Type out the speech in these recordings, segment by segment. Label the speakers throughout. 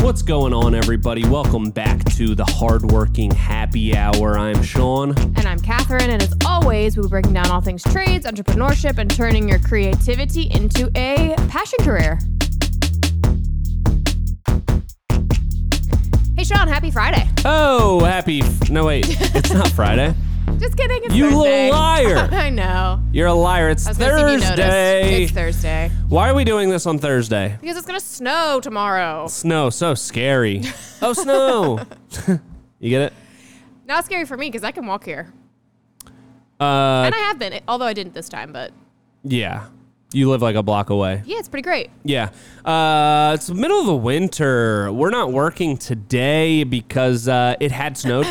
Speaker 1: What's going on, everybody? Welcome back to the Hardworking Happy Hour. I'm Sean.
Speaker 2: And I'm Catherine, and as always, we'll be breaking down all things trades, entrepreneurship, and turning your creativity into a passion career. Hey, Sean, happy Friday.
Speaker 1: Oh, happy. F- no, wait. It's not Friday.
Speaker 2: Just kidding. It's
Speaker 1: You little
Speaker 2: Thursday.
Speaker 1: liar.
Speaker 2: I know.
Speaker 1: You're a liar. It's
Speaker 2: I was gonna see if you noticed.
Speaker 1: Thursday.
Speaker 2: It's Thursday.
Speaker 1: Why are we doing this on Thursday?
Speaker 2: Because it's going to snow tomorrow.
Speaker 1: Snow, so scary. Oh, snow. you get it?
Speaker 2: Not scary for me because I can walk here.
Speaker 1: Uh,
Speaker 2: And I have been, although I didn't this time, but
Speaker 1: yeah. You live like a block away.
Speaker 2: yeah, it's pretty great.
Speaker 1: Yeah. Uh, it's the middle of the winter. We're not working today because uh, it had snowed.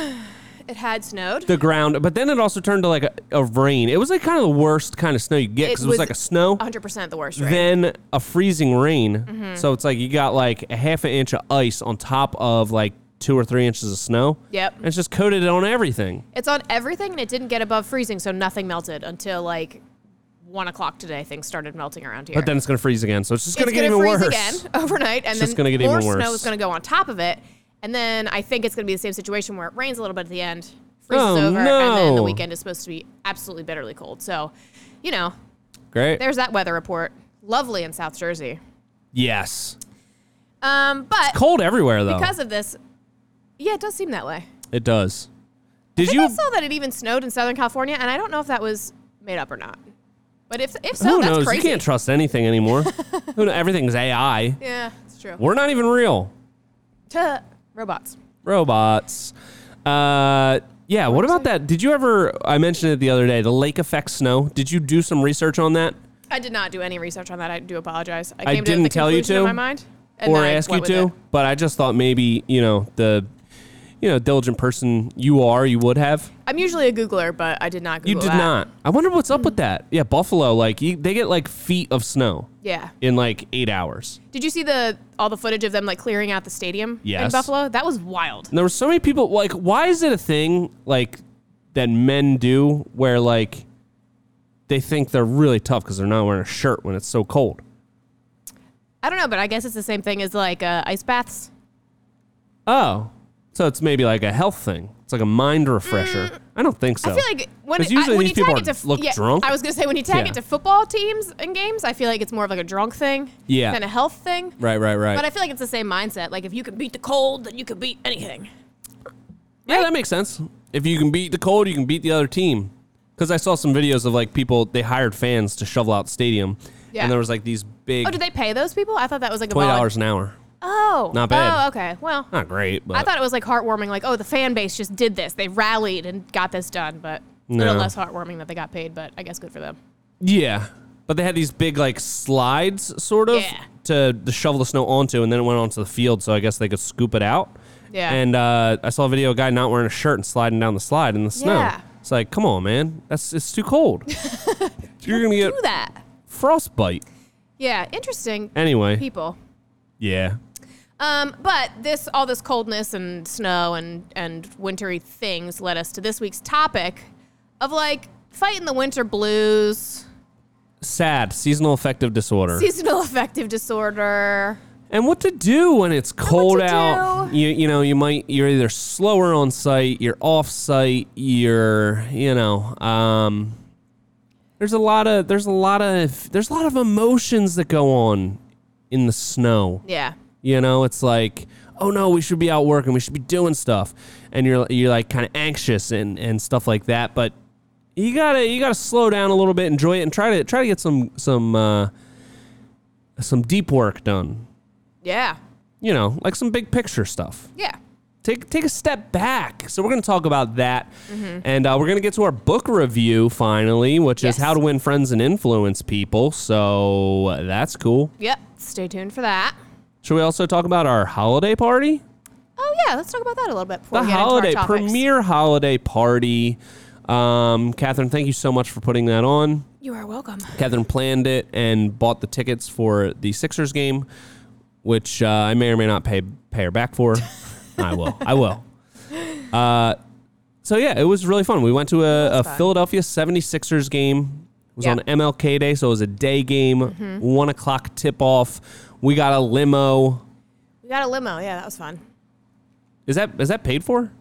Speaker 2: It had snowed.
Speaker 1: the ground, but then it also turned to like a, a rain. It was like kind of the worst kind of snow you could get
Speaker 2: It
Speaker 1: because it, was
Speaker 2: was
Speaker 1: like a snow,
Speaker 2: 100% the worst, right?
Speaker 1: then a freezing rain.
Speaker 2: Mm-hmm.
Speaker 1: So it's like you got like a half an inch of ice on top of like two or three inches of snow.
Speaker 2: Yep.
Speaker 1: And it's just coated on everything.
Speaker 2: It's on everything, and it didn't get above freezing, so nothing melted until like one o'clock today. Things started melting around here.
Speaker 1: But then it's gonna freeze again. So it's just
Speaker 2: it's
Speaker 1: gonna get
Speaker 2: gonna
Speaker 1: even
Speaker 2: freeze
Speaker 1: worse.
Speaker 2: again overnight, and
Speaker 1: It's
Speaker 2: then
Speaker 1: just gonna get even
Speaker 2: more
Speaker 1: worse.
Speaker 2: snow is going to go on top of it, and then I think it's going to be the same situation where it rains a little bit at the end, freezes
Speaker 1: Oh,
Speaker 2: over, and then
Speaker 1: no.
Speaker 2: the weekend is supposed to be absolutely bitterly cold. So, you know,
Speaker 1: Great.
Speaker 2: there's that weather report. Lovely in South Jersey,
Speaker 1: yes.
Speaker 2: um, but
Speaker 1: Cold everywhere though.
Speaker 2: because of this, yeah, it does seem that way.
Speaker 1: it does. Did
Speaker 2: I
Speaker 1: you?
Speaker 2: think I saw that it even snowed in Southern California, and I don't know if that was made up or not. But if if so,
Speaker 1: who
Speaker 2: that's
Speaker 1: knows?
Speaker 2: crazy.
Speaker 1: You can't trust anything anymore. who know, everything's AI.
Speaker 2: yeah, it's true.
Speaker 1: We're not even real.
Speaker 2: Tuh, robots.
Speaker 1: robots. Uh, yeah. What about that? Did you ever? I mentioned it the other day. The lake effect snow. Did you do some research on that,
Speaker 2: I did not do any research on that. I do apologize. I,
Speaker 1: I
Speaker 2: came to the
Speaker 1: didn't tell you
Speaker 2: conclusion
Speaker 1: to,
Speaker 2: in my mind, and
Speaker 1: or
Speaker 2: then I
Speaker 1: ask you
Speaker 2: went
Speaker 1: to?
Speaker 2: with it.
Speaker 1: But I just thought maybe you know the, you know, diligent person you are, you would have.
Speaker 2: I'm usually a Googler, but I did not. Google
Speaker 1: You did
Speaker 2: that.
Speaker 1: not. I wonder what's up with that. Yeah, Buffalo. Like you, they get like feet of snow
Speaker 2: Yeah.
Speaker 1: in like eight hours.
Speaker 2: Did you see the all the footage of them like clearing out the stadium in
Speaker 1: Yes.
Speaker 2: Buffalo? That was wild.
Speaker 1: And there were so many people. Like, why is it a thing like that men do where like they think they're really tough because they're not wearing a shirt when it's so cold?
Speaker 2: I don't know, but I guess it's the same thing as like uh, ice baths.
Speaker 1: Oh, so it's maybe like a health thing. It's like a mind refresher. I don't think so.
Speaker 2: Mm. I feel like when,
Speaker 1: 'Cause usually
Speaker 2: I, when
Speaker 1: these
Speaker 2: you
Speaker 1: people
Speaker 2: tag it
Speaker 1: are-
Speaker 2: to f-
Speaker 1: look
Speaker 2: yeah,
Speaker 1: drunk.
Speaker 2: I was gonna say when you tag
Speaker 1: Yeah.
Speaker 2: it to football teams and games, I feel like it's more of like a drunk thing
Speaker 1: Yeah.
Speaker 2: than a health thing.
Speaker 1: right, right, right.
Speaker 2: But I feel like it's the same mindset. Like if you can beat the cold, then you can beat anything.
Speaker 1: yeah, that makes sense. If you can beat the cold, you can beat the other team. Because I saw some videos of like people they hired fans to shovel out stadium,
Speaker 2: Yeah.
Speaker 1: and there was like these big
Speaker 2: Oh, did they pay those people? I thought that was like a
Speaker 1: twenty
Speaker 2: volun-
Speaker 1: dollars an hour.
Speaker 2: Oh,
Speaker 1: Not bad.
Speaker 2: Oh, okay. Well,
Speaker 1: Not great, but
Speaker 2: I thought it was like heartwarming. Like, oh, the fan base just did this. They rallied and got this done. But a little
Speaker 1: No.
Speaker 2: less heartwarming that they got paid. But I guess good for them.
Speaker 1: yeah. But they had these big like slides, sort of,
Speaker 2: Yeah.
Speaker 1: to, to shovel the snow onto, and then it went onto the field, so I guess they could scoop it out.
Speaker 2: Yeah.
Speaker 1: And uh, I saw a video of a guy not wearing a shirt and sliding down the slide in the snow.
Speaker 2: Yeah.
Speaker 1: It's like, come on, man. That's it's too cold. You're gonna get
Speaker 2: Do that.
Speaker 1: frostbite.
Speaker 2: Yeah, interesting
Speaker 1: Anyway.
Speaker 2: people.
Speaker 1: yeah.
Speaker 2: Um, but this, all this coldness and snow and and wintry things led us to this week's topic of like fighting the winter blues,
Speaker 1: Sad seasonal affective disorder.
Speaker 2: seasonal affective disorder.
Speaker 1: and what to do when it's cold
Speaker 2: to
Speaker 1: out. You you know, you might you're either slower on site, you're off site, you're you know, um there's a lot of there's a lot of there's a lot of emotions that go on in the snow.
Speaker 2: Yeah,
Speaker 1: You know, it's like, oh no, we should be out working, we should be doing stuff, and you're you're like kind of anxious and and stuff like that. But you gotta you gotta slow down a little bit, enjoy it, and try to try to get some some uh, some deep work done.
Speaker 2: yeah,
Speaker 1: You know, like some big picture stuff.
Speaker 2: yeah.
Speaker 1: Take take a step back. So we're gonna talk about that, and uh, we're gonna get to our book review finally, which
Speaker 2: Yes.
Speaker 1: is how to win friends and influence people. So uh, that's cool.
Speaker 2: Yep. Stay tuned for that.
Speaker 1: Should we also talk about our holiday party?
Speaker 2: Oh yeah, let's talk about that a little bit. Before
Speaker 1: the
Speaker 2: we get into our
Speaker 1: holiday
Speaker 2: topics.
Speaker 1: premiere holiday party. Um, Catherine, thank you so much for putting that on.
Speaker 2: You are welcome.
Speaker 1: Catherine planned it and bought the tickets for the Sixers game, which uh, I may or may not pay pay her back for. I will. I will. Uh, so yeah, it was really fun. We went to a, a
Speaker 2: fun.
Speaker 1: Philadelphia 76ers game. It was
Speaker 2: Yeah. Mm-hmm.
Speaker 1: on MLK Day, so it was a day game, one o'clock tip off. We got a limo.
Speaker 2: We got a limo. Yeah, that was fun.
Speaker 1: Is that is that paid for?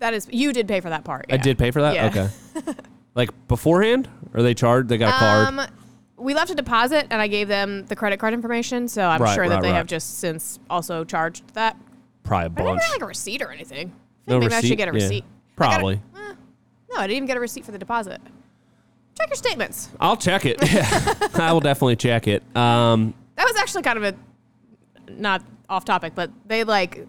Speaker 2: That is, you did pay for that part.
Speaker 1: I
Speaker 2: yeah.
Speaker 1: did pay for that.
Speaker 2: Yeah.
Speaker 1: Okay. like beforehand, or they charged? They got a card.
Speaker 2: Um, we left a deposit, and I gave them the credit card information, so I'm
Speaker 1: Right,
Speaker 2: sure that
Speaker 1: right,
Speaker 2: they
Speaker 1: right.
Speaker 2: have just since also charged that.
Speaker 1: Probably a
Speaker 2: I never
Speaker 1: bunch.
Speaker 2: got like a receipt or anything. I
Speaker 1: No
Speaker 2: think maybe I
Speaker 1: receipt?
Speaker 2: should get a
Speaker 1: Yeah.
Speaker 2: receipt. I got a-
Speaker 1: Probably.
Speaker 2: eh, no, I didn't even get a receipt for the deposit. Check your statements.
Speaker 1: I'll check it. I will definitely check it. Um,
Speaker 2: That was actually kind of a not off topic, but they like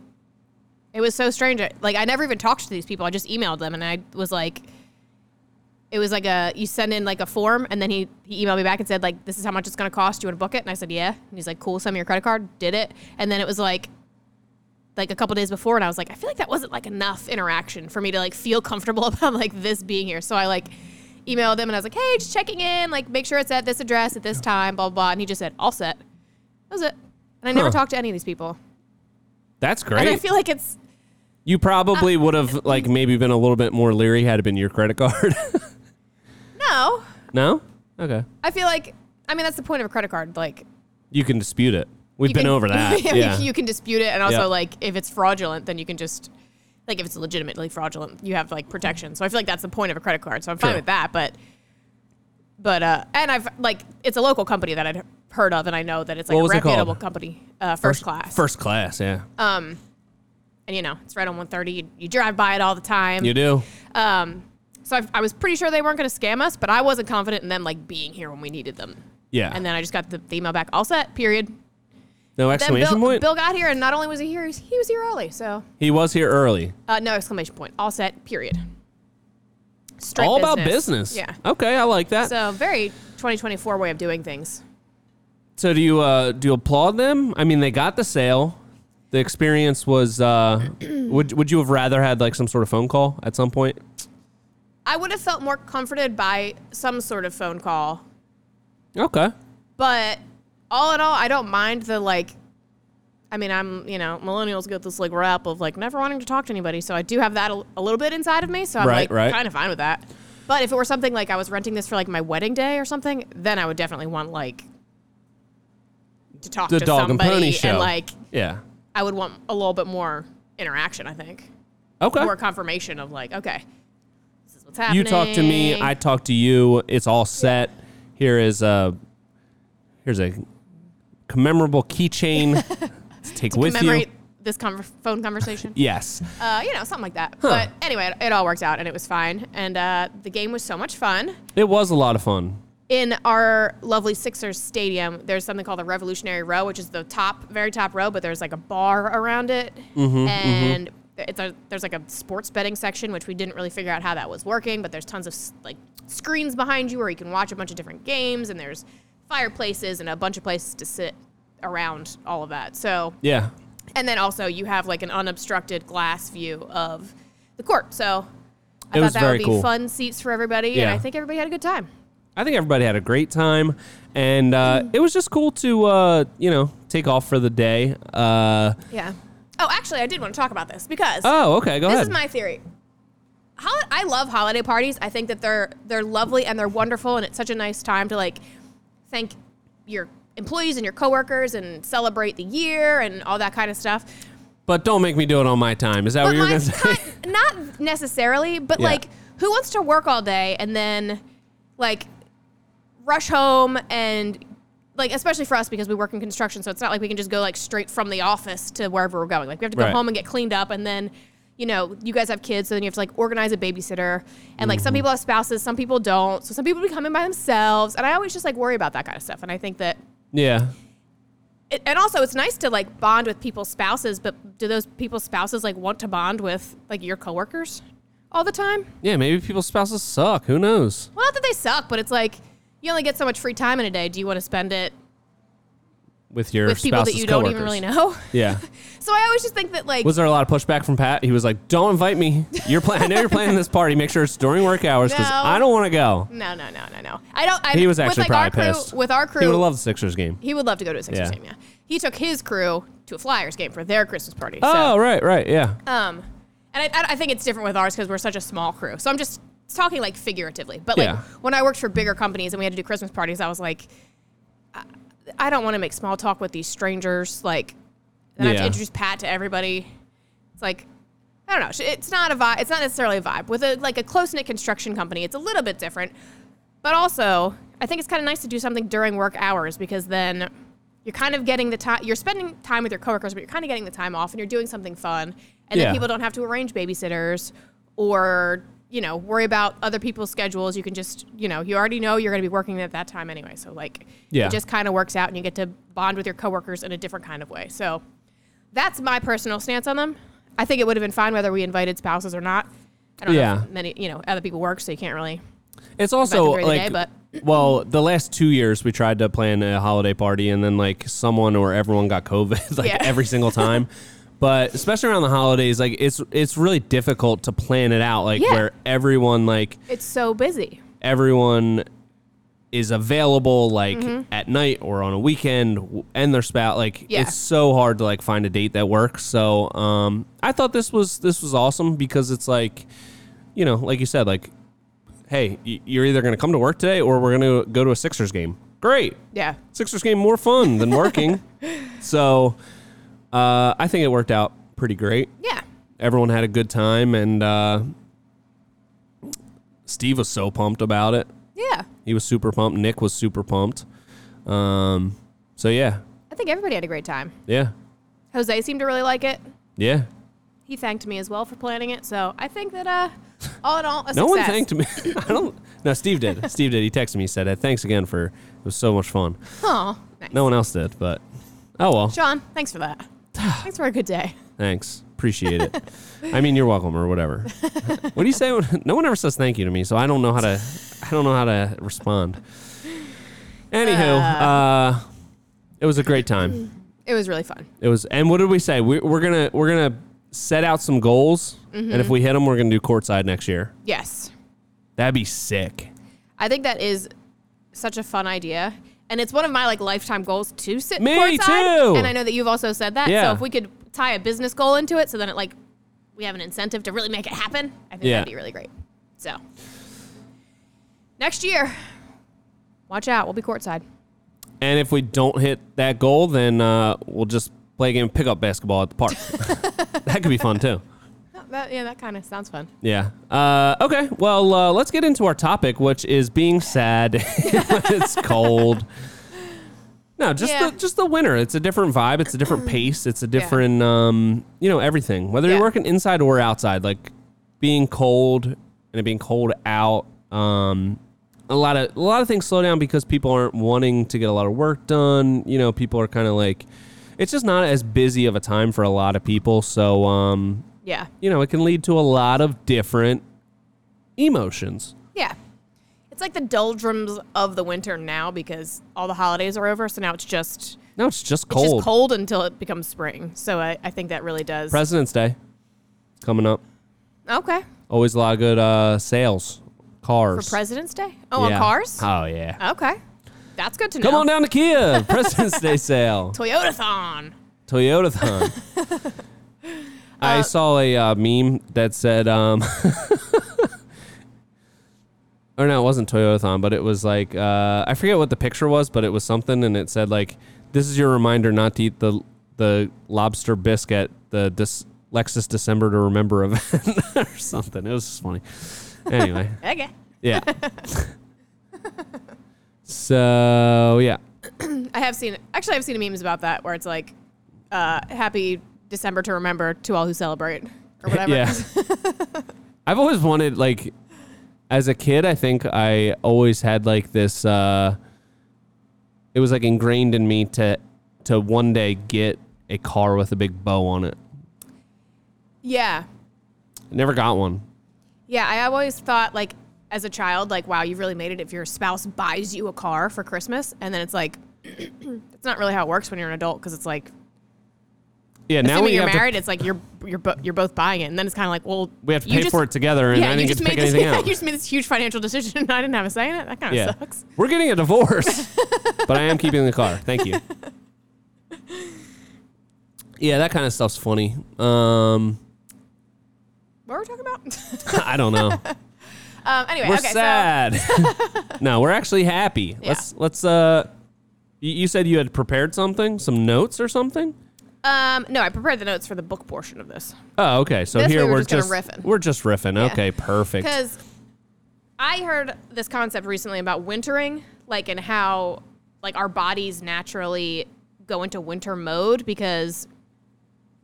Speaker 2: it was so strange. I- Like I never even talked to these people. I just emailed them, and I was like, it was like a you send in like a form, and then he he emailed me back and said like this is how much it's gonna cost. Do you want to book it? And I said yeah. And he's like cool. Send me your credit card. Did it, and then it was like. Like a couple days before, and I was like, I feel like that wasn't like enough interaction for me to like feel comfortable about like this being here. So I like emailed him and I was like, Hey, just checking in, like make sure it's at this address at this time, blah blah. blah. And he just said, All set. That was it. And I never
Speaker 1: Huh.
Speaker 2: talked to any of these people.
Speaker 1: that's
Speaker 2: And I
Speaker 1: great.
Speaker 2: feel Uh, like it's
Speaker 1: you probably would have like maybe been a little bit more leery had it been your credit card.
Speaker 2: no.
Speaker 1: no. Okay.
Speaker 2: I feel like I mean that's the point of a credit card. Like
Speaker 1: You can dispute it. We've been
Speaker 2: can-
Speaker 1: over that.
Speaker 2: you-
Speaker 1: yeah.
Speaker 2: You can dispute it, and also
Speaker 1: Yeah.
Speaker 2: like if it's fraudulent, then you can just like if it's legitimately fraudulent, you have like protection. So I feel like that's the point of a credit card. So I'm fine
Speaker 1: Sure.
Speaker 2: with that, but. But uh, and I've like it's a local company that I'd heard of, and I know that it's like
Speaker 1: What
Speaker 2: a
Speaker 1: was it called?
Speaker 2: reputable company, uh, first, class. Um,
Speaker 1: First class. Yeah.
Speaker 2: and you know it's right on 130. You, you drive by it all the time.
Speaker 1: you do.
Speaker 2: Um, so I, I was pretty sure they weren't going to scam us, but I wasn't confident in them like being here when we needed them.
Speaker 1: Yeah.
Speaker 2: And then I just got the, the email back, all set. Period.
Speaker 1: no
Speaker 2: Then
Speaker 1: exclamation
Speaker 2: Bill,
Speaker 1: point.
Speaker 2: Bill got here, and not only was he here, he's- he was here early. So
Speaker 1: he was here early.
Speaker 2: uh, no exclamation point, all set. Period. Straight
Speaker 1: All about business.
Speaker 2: Yeah.
Speaker 1: Okay, I like that. So,
Speaker 2: So very 2024 way of doing things.
Speaker 1: do you uh, do you applaud them? I mean, they got the sale. The experience was. Uh, would Would you have rather had like some sort of phone call at some point?
Speaker 2: I would have felt more comforted by some sort of phone call
Speaker 1: Okay.
Speaker 2: But all in all, I don't mind the like. I mean, I'm you know millennials get this like rap of like never wanting to talk to anybody, so I do have that a, a little bit inside of me. So I'm
Speaker 1: Right,
Speaker 2: like
Speaker 1: right.
Speaker 2: kind of fine with that. But if it were something like I was renting this for like my wedding day or something, then I would definitely want like to talk
Speaker 1: The
Speaker 2: to
Speaker 1: dog and
Speaker 2: somebody
Speaker 1: pony show.
Speaker 2: like
Speaker 1: Yeah.
Speaker 2: I would want a little bit more interaction. I think
Speaker 1: Okay.
Speaker 2: more confirmation of like okay, this is what's
Speaker 1: You
Speaker 2: happening.
Speaker 1: talk to me. I talk to you. It's all set. Here is a. Here's a commemorable keychain to take with you.
Speaker 2: commemorate this conver- phone conversation.
Speaker 1: Yes.
Speaker 2: uh, you know, something like that. But anyway, it, it all worked out and it was fine. And uh, the game was so much fun.
Speaker 1: It was a lot of fun.
Speaker 2: In our lovely Sixers stadium, there's something called the Revolutionary Row, which is the top, very top row, but there's like a bar around it. and It's a, there's like a sports betting section, which we didn't really figure out how that was working, but there's tons of s- like screens behind you where you can watch a bunch of different games, and there's fireplaces and a bunch of places to sit around all of that. So
Speaker 1: Yeah.
Speaker 2: and then also you have like an unobstructed glass view of the court. So I
Speaker 1: It
Speaker 2: thought
Speaker 1: was
Speaker 2: that
Speaker 1: very
Speaker 2: would be
Speaker 1: cool.
Speaker 2: fun seats for everybody, and
Speaker 1: Yeah.
Speaker 2: I think everybody had a good time.
Speaker 1: I think everybody had a great time, and uh, it was just cool to uh, you know take off for the day. Uh,
Speaker 2: Yeah. Oh, actually, I did want to talk about this because
Speaker 1: oh, okay, go
Speaker 2: this
Speaker 1: ahead.
Speaker 2: is my theory. Hol- I love holiday parties. I think that they're they're lovely and they're wonderful, and it's such a nice time to like thank your employees and your coworkers and celebrate the year and all that kind of stuff.
Speaker 1: but don't make me do it on my time. Is that what you were gonna
Speaker 2: mine's
Speaker 1: say?
Speaker 2: kind- not necessarily, but
Speaker 1: Yeah.
Speaker 2: like, who wants to work all day and then, like, rush home and, like, especially for us because we work in construction, so it's not like we can just go like straight from the office to wherever we're going. Like, we have to go
Speaker 1: Right.
Speaker 2: home and get cleaned up, and then, you know, you guys have kids, so then you have to like organize a babysitter, and like some
Speaker 1: Mm-hmm.
Speaker 2: people have spouses, some people don't, so some people be coming by themselves, and I always just like worry about that kind of stuff, and I think that
Speaker 1: yeah,
Speaker 2: it, and also it's nice to like bond with people's spouses but do those people's spouses like want to bond with like your coworkers all the time
Speaker 1: yeah. Maybe people's spouses suck. Who knows?
Speaker 2: well not that they suck but it's like you only get so much free time in a day do you want to spend it
Speaker 1: With your
Speaker 2: with people that
Speaker 1: spouse's
Speaker 2: you don't even
Speaker 1: coworkers.
Speaker 2: really know
Speaker 1: Yeah.
Speaker 2: so i always just think that like
Speaker 1: Was there a lot of pushback from Pat? He was like, "Don't invite me. You're planning. I know you're planning this party. Make sure it's during work hours because
Speaker 2: No.
Speaker 1: I don't want to go."
Speaker 2: no no no no no i don't I,
Speaker 1: He was actually
Speaker 2: with, like,
Speaker 1: probably
Speaker 2: our
Speaker 1: pissed.
Speaker 2: crew, with our
Speaker 1: He would have
Speaker 2: crew
Speaker 1: loved the Sixers game.
Speaker 2: he would love to go to a Sixers
Speaker 1: Yeah.
Speaker 2: game yeah he took his crew to a flyers game for their christmas party so
Speaker 1: Oh, right, right, yeah.
Speaker 2: Um, and I- I, I think it's different with ours because we're such a small crew. So I'm just talking like figuratively. But like
Speaker 1: Yeah.
Speaker 2: when I worked for bigger companies and we had to do Christmas parties, I was like, I, I don't want to make small talk with these strangers. Like, Then I have
Speaker 1: Yeah.
Speaker 2: to introduce Pat to everybody. It's like I don't know. Sh- It's not a vibe. It's not necessarily a vibe with a like a close knit construction company. It's a little bit different, but also I think it's kind of nice to do something during work hours because then you're kind of getting the time. You're spending time with your coworkers, but you're kind of getting the time off and you're doing something fun. And
Speaker 1: Yeah.
Speaker 2: then people don't have to arrange babysitters or you know worry about other people's schedules. You can just you know you already know you're going to be working at that time anyway. So like
Speaker 1: Yeah.
Speaker 2: it just kind of works out and you get to bond with your coworkers in a different kind of way. So that's my personal stance on them. I think it would have been fine whether we invited spouses or not. I don't
Speaker 1: Yeah.
Speaker 2: know if many, you know, other people work, so you can't really.
Speaker 1: It's also
Speaker 2: during the
Speaker 1: like,
Speaker 2: day, but-
Speaker 1: well, the last two years we tried to plan a holiday party, and then like someone or everyone got COVID, like
Speaker 2: Yeah.
Speaker 1: every single time. but especially around the holidays, like it's it's really difficult to plan it out, like
Speaker 2: Yeah.
Speaker 1: where everyone like
Speaker 2: It's so busy.
Speaker 1: everyone is available like at night or on a weekend w- and their spouse like
Speaker 2: Yeah.
Speaker 1: it's so hard to like find a date that works so um i thought this was this was awesome because it's like you know like you said like hey y- you're either going to come to work today or we're going to go to a sixers game great
Speaker 2: Yeah.
Speaker 1: sixers game more fun than working so uh i think it worked out pretty great
Speaker 2: Yeah.
Speaker 1: everyone had a good time and uh steve was so pumped about it
Speaker 2: Yeah.
Speaker 1: he was super pumped. Nick was super pumped. Um, so yeah,
Speaker 2: I think everybody had a great time.
Speaker 1: yeah,
Speaker 2: Jose seemed to really like it.
Speaker 1: yeah.
Speaker 2: He thanked me as well for planning it. So I think that, uh, all in all, a
Speaker 1: No
Speaker 2: success.
Speaker 1: one thanked me. I don't. No, Steve did. Steve did. He texted me. He said, "Hey, "Thanks again for it was so much fun."
Speaker 2: Aw, nice.
Speaker 1: No one else did, but oh well.
Speaker 2: Sean, thanks for that. thanks for a good day.
Speaker 1: Thanks, appreciate it. I mean, you're welcome or whatever. What do you say? When, no one ever says thank you to me, so I don't know how to. I don't know how to respond. Anywho, uh, it was a great time.
Speaker 2: It was really fun.
Speaker 1: It was, and what did we say? We, we're gonna we're gonna set out some goals, and if we hit them, we're gonna do courtside next year.
Speaker 2: Yes.
Speaker 1: That'd be sick.
Speaker 2: I think that is such a fun idea. And it's one of my like lifetime goals to sit
Speaker 1: Me
Speaker 2: courtside.
Speaker 1: too.
Speaker 2: And I know that you've also said that.
Speaker 1: Yeah.
Speaker 2: So if we could tie a business goal into it, so then it like we have an incentive to really make it happen. I think
Speaker 1: Yeah.
Speaker 2: that'd be really great. So next year, watch out. We'll be courtside.
Speaker 1: And if we don't hit that goal, then uh, we'll just play a game of pickup basketball at the park. that could be fun too.
Speaker 2: Oh, That, yeah, that kind of sounds fun.
Speaker 1: Yeah. Uh, okay. Well, uh, let's get into our topic, which is being sad when it's cold. No, just
Speaker 2: Yeah.
Speaker 1: the just the winter. It's a different vibe. It's a different pace. It's a different, um, you know, everything. Whether you're
Speaker 2: Yeah.
Speaker 1: working inside or outside, like being cold and it being cold out. Um, a lot of a lot of things slow down because people aren't wanting to get a lot of work done. You know, people are kind of like, it's just not as busy of a time for a lot of people. So, um,
Speaker 2: Yeah.
Speaker 1: you know, it can lead to a lot of different emotions.
Speaker 2: Yeah. It's like the doldrums of the winter now because all the holidays are over. So now it's just
Speaker 1: No, it's just
Speaker 2: it's
Speaker 1: cold.
Speaker 2: just cold until it becomes spring. So I, I think that really does.
Speaker 1: President's Day coming up.
Speaker 2: okay.
Speaker 1: Always a lot of good uh, sales,
Speaker 2: For
Speaker 1: cars.
Speaker 2: President's Day? Oh,
Speaker 1: Yeah.
Speaker 2: on cars?
Speaker 1: Oh yeah.
Speaker 2: Okay. That's good to know.
Speaker 1: Come on down to Kia. President's Day sale.
Speaker 2: Toyotathon.
Speaker 1: Toyota Thon. I saw a uh, meme that said, um, or no, it wasn't Toyota Thon, but it was like, uh, I forget what the picture was, but it was something, and it said, like, this is your reminder not to eat the the lobster biscuit, the dis- Lexus December to Remember event, or something. It was just funny. Anyway,
Speaker 2: Okay.
Speaker 1: yeah. so, yeah.
Speaker 2: I have seen, actually, I've seen memes about that where it's like, uh, happy December to remember to all who celebrate or whatever.
Speaker 1: Yeah. I've always wanted like as a kid, I think I always had like this uh it was like ingrained in me to to one day get a car with a big bow on it.
Speaker 2: yeah.
Speaker 1: I never got one.
Speaker 2: Yeah. I always thought, like, as a child, like, wow, you've really made it if your spouse buys you a car for Christmas. And then it's like, that's not really how it works when you're an adult because it's like,
Speaker 1: Yeah, now
Speaker 2: assuming
Speaker 1: we
Speaker 2: you're
Speaker 1: have,
Speaker 2: married, it's like you're you're bo- you're both buying it, and then it's kind of like, well,
Speaker 1: to, we have to
Speaker 2: you
Speaker 1: pay
Speaker 2: just-
Speaker 1: for it together and
Speaker 2: yeah,
Speaker 1: I
Speaker 2: you
Speaker 1: didn't get
Speaker 2: just
Speaker 1: to
Speaker 2: made
Speaker 1: pick
Speaker 2: this,
Speaker 1: anything
Speaker 2: you
Speaker 1: out.
Speaker 2: just made this huge financial decision, and I didn't have a say in it. That kind of
Speaker 1: Yeah.
Speaker 2: sucks.
Speaker 1: We're getting a divorce. but I am keeping the car. Thank you. Yeah, that kind of stuff's funny. Um,
Speaker 2: What were we talking about?
Speaker 1: I don't know.
Speaker 2: um, anyway,
Speaker 1: We're
Speaker 2: okay,
Speaker 1: sad. no, we're actually happy. Let's let's uh. y- You said you had prepared something, some notes or something.
Speaker 2: so Um, no, I prepared the notes for the book portion of this
Speaker 1: Oh, okay. So
Speaker 2: This
Speaker 1: here
Speaker 2: we
Speaker 1: are
Speaker 2: were just
Speaker 1: just,
Speaker 2: kinda riffing.
Speaker 1: we're just riffing.
Speaker 2: Yeah.
Speaker 1: Okay, perfect.
Speaker 2: because I heard this concept recently about wintering, like and how like our bodies naturally go into winter mode because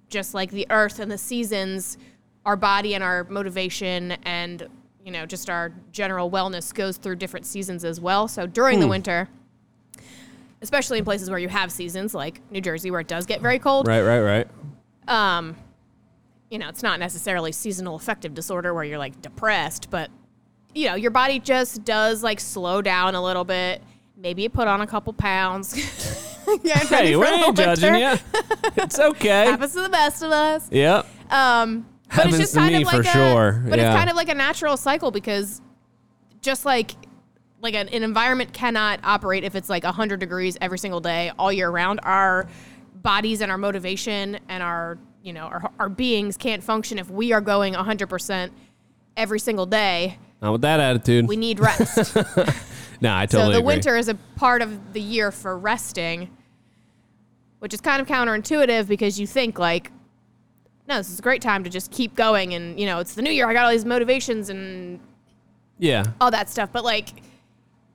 Speaker 2: just like the earth and the seasons, our body and our motivation and you know just our general wellness goes through different seasons as well. So during the winter, especially in places where you have seasons like New Jersey where it does get very cold,
Speaker 1: Right, right, right.
Speaker 2: um, you know, it's not necessarily seasonal affective disorder where you're like depressed, but you know, your body just does like slow down a little bit. Maybe it put on a couple pounds. yeah,
Speaker 1: Hey, we ain't judging you. It's okay.
Speaker 2: Happens to the best of us.
Speaker 1: yeah.
Speaker 2: Um, but
Speaker 1: Happens
Speaker 2: it's just
Speaker 1: to
Speaker 2: kind
Speaker 1: me
Speaker 2: of like
Speaker 1: for
Speaker 2: a,
Speaker 1: sure,
Speaker 2: but
Speaker 1: yeah.
Speaker 2: it's kind of like a natural cycle because just like like an, an environment cannot operate if it's like 100 degrees every single day all year round our bodies and our motivation and our you know our, our beings can't function if we are going 100% every single day
Speaker 1: Not with that attitude.
Speaker 2: we need rest
Speaker 1: nah, I totally
Speaker 2: so the
Speaker 1: agree.
Speaker 2: winter is a part of the year for resting, which is kind of counterintuitive because you think like, no, this is a great time to just keep going, and you know it's the new year. I got all these motivations and
Speaker 1: Yeah.
Speaker 2: all that stuff, but like,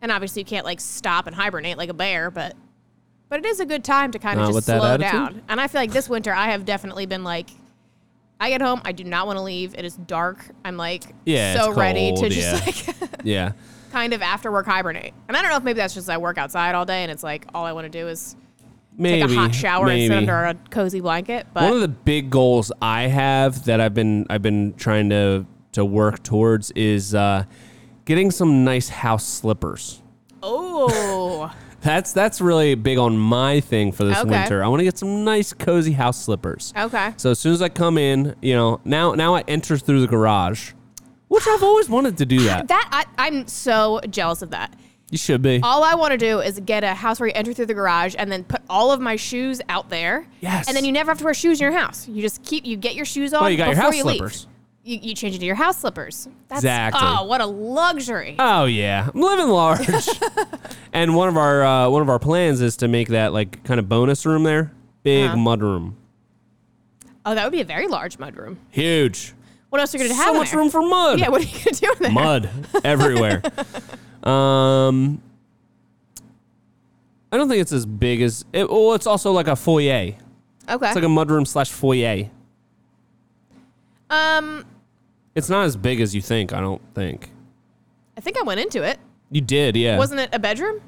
Speaker 2: and obviously you can't like stop and hibernate like a bear, but but it is a good time to kind of
Speaker 1: Not
Speaker 2: just
Speaker 1: with that
Speaker 2: slow
Speaker 1: attitude?
Speaker 2: down. And I feel like this winter I have definitely been like. I get home. I do not want to leave. It is dark. I'm like
Speaker 1: Yeah,
Speaker 2: so
Speaker 1: it's
Speaker 2: ready to
Speaker 1: cold,
Speaker 2: just
Speaker 1: yeah.
Speaker 2: like
Speaker 1: Yeah.
Speaker 2: kind of after work hibernate. And I don't know if maybe that's just I work outside all day and it's like all I want to do is
Speaker 1: Maybe.
Speaker 2: take a hot shower
Speaker 1: maybe.
Speaker 2: and sit under a cozy blanket.
Speaker 1: One of
Speaker 2: But
Speaker 1: the big goals I have that I've been I've been trying to to work towards is uh, getting some nice house slippers.
Speaker 2: oh,
Speaker 1: That's that's really big on my thing for this
Speaker 2: Okay.
Speaker 1: winter. I want to get some nice cozy house slippers.
Speaker 2: Okay.
Speaker 1: So as soon as I come in, you know, now now I enter through the garage, which I've always wanted to do that.
Speaker 2: that I, I'm so jealous of that.
Speaker 1: You should be.
Speaker 2: All I want to do is get a house where you enter through the garage and then put all of my shoes out there.
Speaker 1: Yes.
Speaker 2: And then you never have to wear shoes in your house. You just keep you get your shoes on.
Speaker 1: Well, you got your
Speaker 2: before
Speaker 1: house
Speaker 2: you
Speaker 1: slippers.
Speaker 2: Leave. You, you change into your house slippers. That's,
Speaker 1: Exactly.
Speaker 2: Oh, what a luxury.
Speaker 1: Oh yeah, I'm living large. and one of our uh, one of our plans is to make that like kind of bonus room there, big
Speaker 2: Uh-huh.
Speaker 1: mud room,
Speaker 2: oh, that would be a very large mud room.
Speaker 1: huge.
Speaker 2: What else are you going to have
Speaker 1: so
Speaker 2: in
Speaker 1: much
Speaker 2: there?
Speaker 1: room for mud.
Speaker 2: Yeah, what are you going to do in there?
Speaker 1: mud everywhere. um, I don't think it's as big as. It, well, it's also like a foyer.
Speaker 2: Okay.
Speaker 1: It's like a mudroom slash foyer.
Speaker 2: um,
Speaker 1: It's not as big as you think. I don't think
Speaker 2: I think I went into it.
Speaker 1: you did. Yeah,
Speaker 2: Wasn't it a bedroom?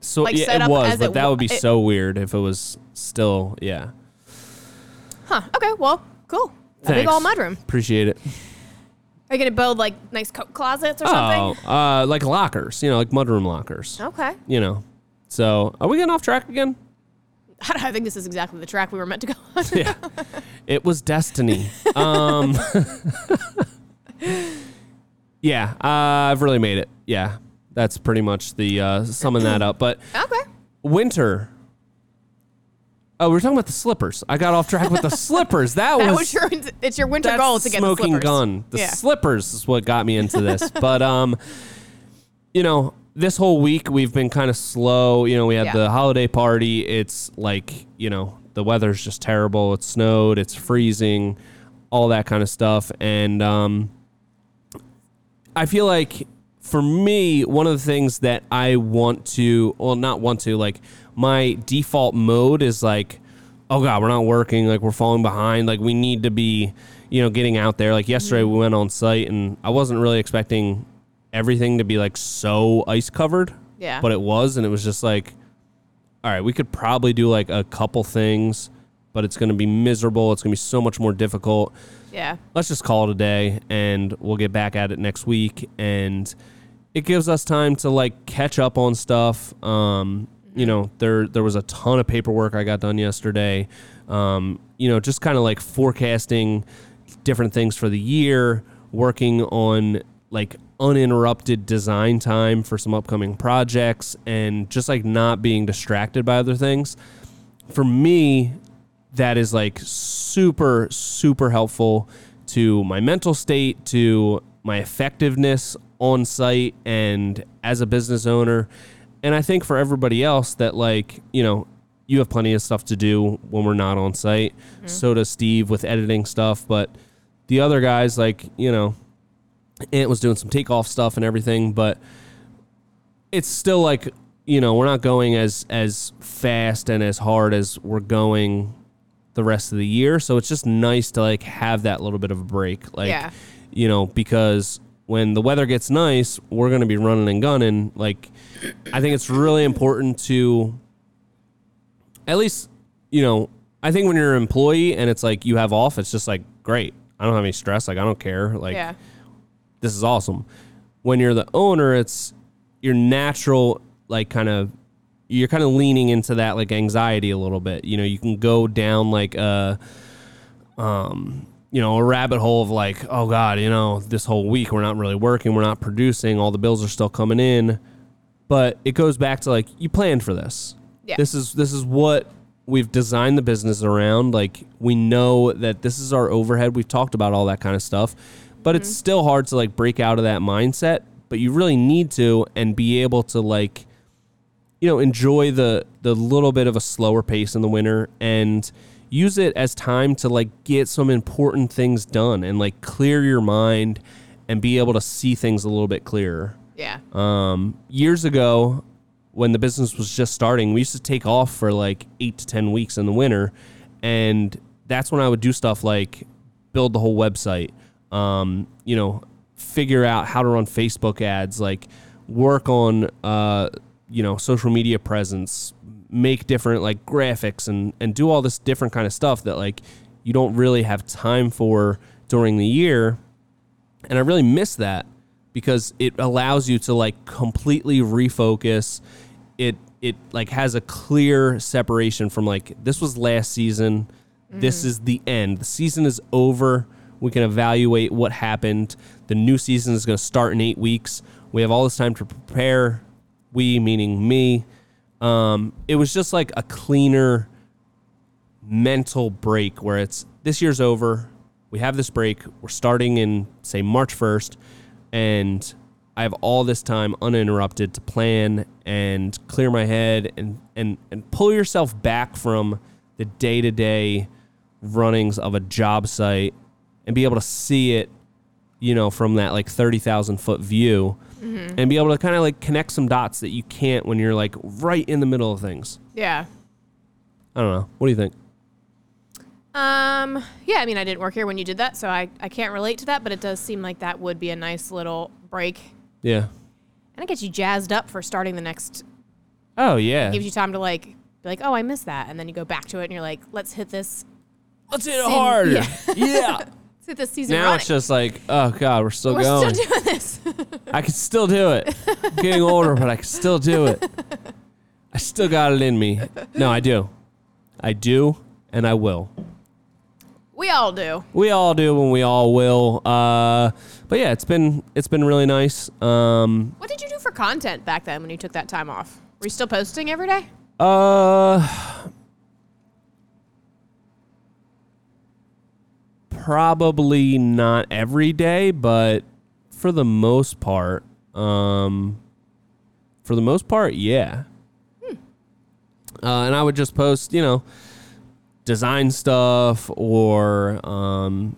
Speaker 1: so
Speaker 2: like,
Speaker 1: yeah,
Speaker 2: set
Speaker 1: it
Speaker 2: up
Speaker 1: was,
Speaker 2: as
Speaker 1: but
Speaker 2: it
Speaker 1: that
Speaker 2: wa-
Speaker 1: would be
Speaker 2: it-
Speaker 1: so weird if it was still. Yeah,
Speaker 2: Huh. Okay. Well, cool. A big
Speaker 1: Thanks.
Speaker 2: old mudroom.
Speaker 1: appreciate it.
Speaker 2: Are you gonna build like nice coat closets or
Speaker 1: Oh,
Speaker 2: something?
Speaker 1: uh, like lockers. You know, like mudroom lockers.
Speaker 2: Okay.
Speaker 1: You know. So are we getting off track again?
Speaker 2: I think this is exactly the track we were meant to go on.
Speaker 1: yeah. It was destiny. Um, yeah, uh, I've really made it. Yeah, that's pretty much the uh, summing that up. But
Speaker 2: okay.
Speaker 1: winter. Oh, we were talking about the slippers. I got off track with the slippers. That,
Speaker 2: That
Speaker 1: was,
Speaker 2: was your. It's your winter
Speaker 1: that's
Speaker 2: goal to get
Speaker 1: smoking
Speaker 2: the slippers.
Speaker 1: gun. The
Speaker 2: yeah.
Speaker 1: slippers is what got me into this. but um, you know, this whole week we've been kind of slow. You know, we had
Speaker 2: Yeah.
Speaker 1: the holiday party. It's like you know the weather's just terrible. It snowed. It's freezing. All that kind of stuff. And um, I feel like for me, one of the things that I want to, well, not want to, like my default mode is like, oh God, we're not working. Like we're falling behind. Like we need to be, you know, getting out there. Like yesterday we went on site and I wasn't really expecting everything to be like so ice covered.
Speaker 2: Yeah.
Speaker 1: But it was. And it was just like, all right, we could probably do like a couple things, but it's going to be miserable. It's going to be so much more difficult
Speaker 2: Yeah.
Speaker 1: let's just call it a day and we'll get back at it next week and it gives us time to like catch up on stuff um you know there there was a ton of paperwork i got done yesterday um you know just kind of like forecasting different things for the year working on like uninterrupted design time for some upcoming projects and just like not being distracted by other things for me, that is like super, super helpful to my mental state, to my effectiveness on site and as a business owner. And I think for everybody else that, like, you know, you have plenty of stuff to do when we're not on site. So does Steve with editing stuff, but the other guys, like you know, Ant was doing some takeoff stuff and everything, but it's still like you know we're not going as as fast and as hard as we're going the rest of the year. So it's just nice to like have that little bit of a break, like
Speaker 2: Yeah.
Speaker 1: you know, because when the weather gets nice, we're going to be running and gunning. Like I think it's really important to at least you know i think when you're an employee and it's like you have off it's just like great i don't have any stress like i don't care like
Speaker 2: yeah.
Speaker 1: this is awesome when you're the owner it's your natural like kind of you're kind of leaning into that like anxiety a little bit you know you can go down like a um you know a rabbit hole of like oh god you know this whole week we're not really working we're not producing all the bills are still coming in but it goes back to like you planned for this
Speaker 2: Yeah.
Speaker 1: this is this is what we've designed the business around like we know that this is our overhead we've talked about all that kind of stuff but it's still hard to like break out of that mindset but you really need to and be able to like you know enjoy the the little bit of a slower pace in the winter and use it as time to like get some important things done and like clear your mind and be able to see things a little bit clearer
Speaker 2: Yeah.
Speaker 1: um, years ago, when the business was just starting, we used to take off for like eight to 10 weeks in the winter. And that's when I would do stuff like build the whole website, um, you know, figure out how to run Facebook ads, like work on, uh, you know, social media presence, make different like graphics and, and do all this different kind of stuff that like you don't really have time for during the year and I really miss that because it allows you to like completely refocus. It it like has a clear separation from like this was last season. This is the end. The season is over. We can evaluate what happened. The new season is going to start in 8 weeks. We have all this time to prepare. We meaning me. Um it was just like a cleaner mental break where it's this year's over. We have this break. We're starting in say March 1st and I have all this time uninterrupted to plan and clear my head and and and pull yourself back from the day-to-day runnings of a job site and be able to see it you know from that like 30,000 foot view and be able to kind of like connect some dots that you can't when you're like right in the middle of things.
Speaker 2: Yeah.
Speaker 1: I don't know. What do you think?
Speaker 2: Um, yeah, I mean, I didn't work here when you did that, so I, I can't relate to that, but it does seem like that would be a nice little break.
Speaker 1: Yeah.
Speaker 2: And it gets you jazzed up for starting the next,
Speaker 1: Oh yeah.
Speaker 2: gives you time to like, be like, oh, I missed that. And then you go back to it and you're like, let's hit this,
Speaker 1: Let's hit it
Speaker 2: Sin-
Speaker 1: harder. Yeah.
Speaker 2: yeah. let's hit this season
Speaker 1: now
Speaker 2: running.
Speaker 1: it's just like, oh god, we're still
Speaker 2: We're
Speaker 1: going.
Speaker 2: still doing this.
Speaker 1: I can still do it. I'm getting older, but I can still do it. I still got it in me. No, I do. I do, and I will.
Speaker 2: we all do.
Speaker 1: We all do, and we all will. Uh, but yeah, it's been it's been really nice. Um,
Speaker 2: What did you do for content back then when you took that time off? Were you still posting every day?
Speaker 1: Uh, probably not every day, but for the most part, um, for the most part, yeah. Uh, and I would just post, you know, design stuff or, um,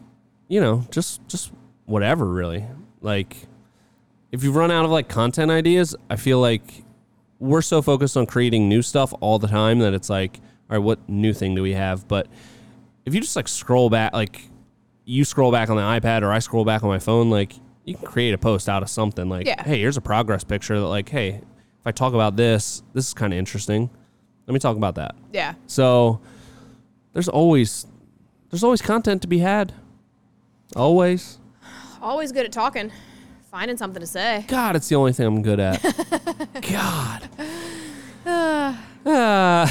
Speaker 1: you know, just just whatever really. Like, if you run out of like content ideas, I feel like we're so focused on creating new stuff all the time that it's like, all right, what new thing do we have? But if you just like scroll back, like you scroll back on the iPad or I scroll back on my phone, like you can create a post out of something. Like,
Speaker 2: Yeah.
Speaker 1: hey, here's a progress picture that, like, hey, if I talk about this, this is kind of interesting. Let me talk about that.
Speaker 2: Yeah.
Speaker 1: So there's always there's always content to be had. Always.
Speaker 2: Always good at talking, finding something to say.
Speaker 1: God, it's the only thing I'm good at. God. Uh,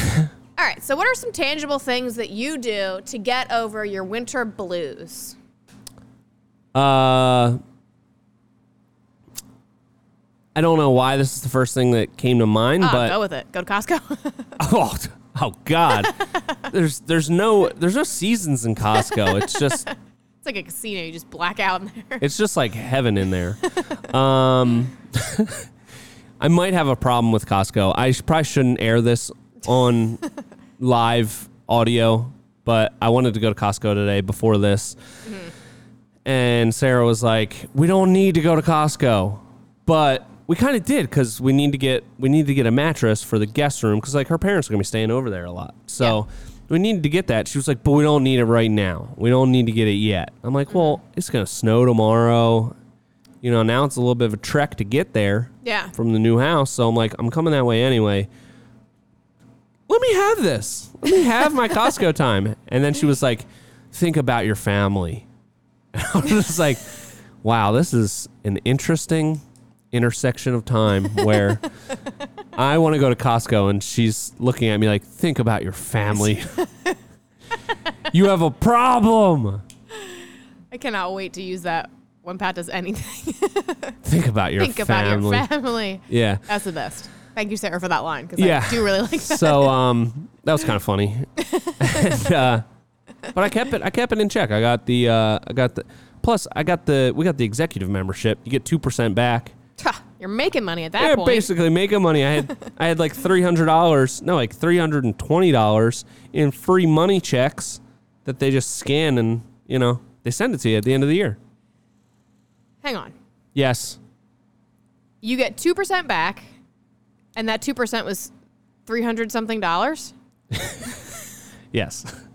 Speaker 2: All right, so what are some tangible things that you do to get over your winter blues?
Speaker 1: Uh, I don't know why this is the first thing that came to mind,
Speaker 2: Ah,
Speaker 1: but
Speaker 2: go with it. Go to Costco.
Speaker 1: oh, t- oh God, there's there's no there's no seasons in Costco. It's just
Speaker 2: it's like a casino. You just black out in there.
Speaker 1: it's just like heaven in there. Um, I might have a problem with Costco. I sh- probably shouldn't air this on live audio, but I wanted to go to Costco today before this. And Sarah was like, "We don't need to go to Costco." But we kind of did cuz we need to get we need to get a mattress for the guest room cuz like her parents are going to be staying over there a lot. So we needed to get that. She was like, "But we don't need it right now. We don't need to get it yet." I'm like, "Well, it's going to snow tomorrow." You know, now it's a little bit of a trek to get there
Speaker 2: Yeah.
Speaker 1: from the new house. So I'm like, I'm coming that way anyway. Let me have this. Let me have my Costco time. And then she was like, think about your family. I was just like, wow, this is an interesting intersection of time where I want to go to Costco and she's looking at me like, think about your family. you have a problem.
Speaker 2: I cannot wait to use that when Pat does anything.
Speaker 1: Think about your
Speaker 2: Think
Speaker 1: family.
Speaker 2: about your family.
Speaker 1: yeah.
Speaker 2: That's the best. Thank you, Sarah, for that line because
Speaker 1: Yeah.
Speaker 2: I do really like that.
Speaker 1: so um, that was kind of funny, and, uh, but I kept it. I kept it in check. I got the. Uh, I got the. Plus, I got the. We got the executive membership. You get two percent back.
Speaker 2: Ha, You're making money at that
Speaker 1: Yeah,
Speaker 2: point.
Speaker 1: basically making money. I had I had like three hundred dollars. No, like three hundred and twenty dollars in free money checks that they just scan and you know they send it to you at the end of the year.
Speaker 2: Hang on.
Speaker 1: Yes.
Speaker 2: You get 2% back, and that 2% was 300 something dollars.
Speaker 1: Yes.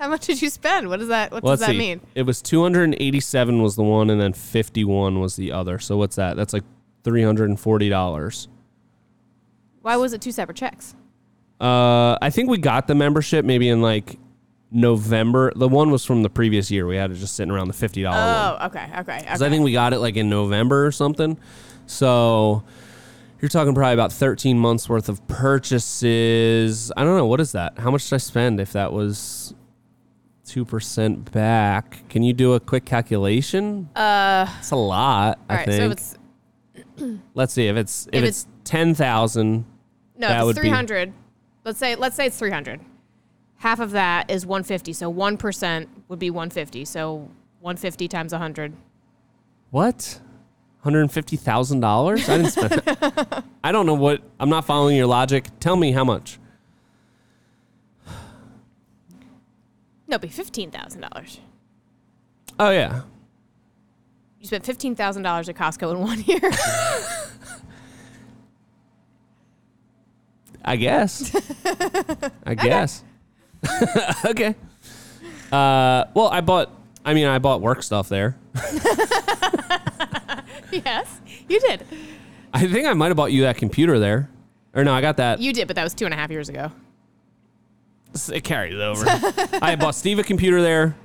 Speaker 2: How much did you spend? What does that what
Speaker 1: Let's
Speaker 2: does that
Speaker 1: see.
Speaker 2: mean?
Speaker 1: It was 287 was the one, and then 51 was the other. So what's that? That's like 340 dollars.
Speaker 2: Why was it two separate checks?
Speaker 1: Uh, I think we got the membership maybe in like November. The one was from the previous year. We had it just sitting around the fifty dollar one.
Speaker 2: Oh, okay, okay, okay.
Speaker 1: 'Cause I think we got it like in November or something. So you're talking probably about thirteen months worth of purchases. I don't know what is that. How much did I spend if that was two percent back? Can you do a quick calculation? Uh, it's a lot. I
Speaker 2: All right,
Speaker 1: think.
Speaker 2: so it's
Speaker 1: Let's see if it's if,
Speaker 2: if
Speaker 1: it's, ten thousand.
Speaker 2: no,
Speaker 1: that
Speaker 2: if
Speaker 1: would
Speaker 2: it's
Speaker 1: be-
Speaker 2: 300. Let's say let's say it's 300. Half of that is 150, so 1% would be 150. So 150 times 100.
Speaker 1: What? Hundred and fifty thousand dollars? I didn't spend. that. I don't know what. I'm not following your logic. Tell me how much.
Speaker 2: No, it'd be $15,000.
Speaker 1: Oh yeah,
Speaker 2: You spent $15,000 at Costco in one year.
Speaker 1: I guess. I guess. okay. Uh, well, I bought. I mean, I bought work stuff there.
Speaker 2: yes, you did.
Speaker 1: I think I might have bought you that computer there, or no, I got that.
Speaker 2: You did, but that was two and a half years ago.
Speaker 1: It carries over. I bought Steve a computer there.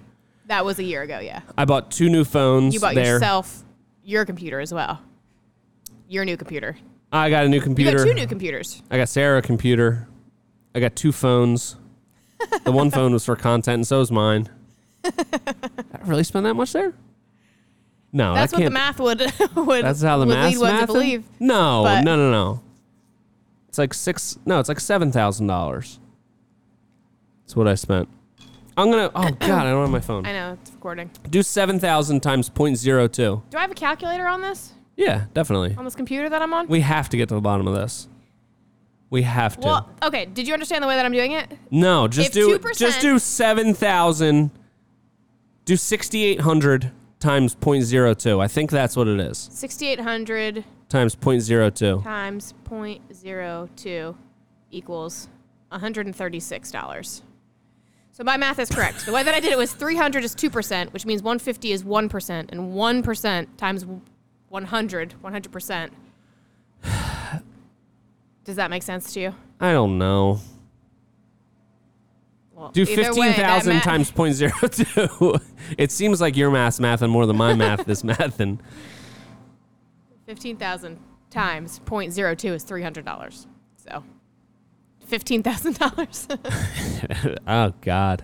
Speaker 2: That was a year ago, yeah.
Speaker 1: I bought two new phones
Speaker 2: You bought
Speaker 1: there.
Speaker 2: yourself your computer as well. Your new computer.
Speaker 1: I got a new
Speaker 2: You
Speaker 1: computer.
Speaker 2: got two new computers.
Speaker 1: I got Sarah a computer. I got two phones. The one phone was for content, and so is mine. I really spend that much there? No,
Speaker 2: That's
Speaker 1: that
Speaker 2: what
Speaker 1: can't.
Speaker 2: the math would would
Speaker 1: that's how the
Speaker 2: would
Speaker 1: math.
Speaker 2: lead one
Speaker 1: math
Speaker 2: to believe.
Speaker 1: No,
Speaker 2: but-
Speaker 1: no, no, no. It's like six. No, it's like seven thousand dollars. That's what I spent. I'm gonna. Oh God, I don't have my phone.
Speaker 2: I know it's recording.
Speaker 1: Do seven thousand times point zero two.
Speaker 2: Do I have a calculator on this
Speaker 1: Yeah, definitely.
Speaker 2: on this computer that I'm on?
Speaker 1: We have to get to the bottom of this. We have to.
Speaker 2: well, okay. Did you understand the way that I'm doing it?
Speaker 1: No, just
Speaker 2: If
Speaker 1: do
Speaker 2: 2%
Speaker 1: just do seven thousand. Do sixty eight hundred times point zero two. I think that's what it is.
Speaker 2: 6,800
Speaker 1: Times point zero two.
Speaker 2: times 0.02 equals $136. So my math is correct. the way that I did it was 300 is 2%, which means 150 is 1%, and 1% times 100, 100%. Does that make sense to you?
Speaker 1: I don't know.
Speaker 2: Well,
Speaker 1: Do
Speaker 2: either way, that
Speaker 1: fifteen thousand
Speaker 2: ma-
Speaker 1: times point zero two. it seems like your math's math and more than my math is math and
Speaker 2: 15,000 times 0.02 is $300. So $15,000.
Speaker 1: oh god.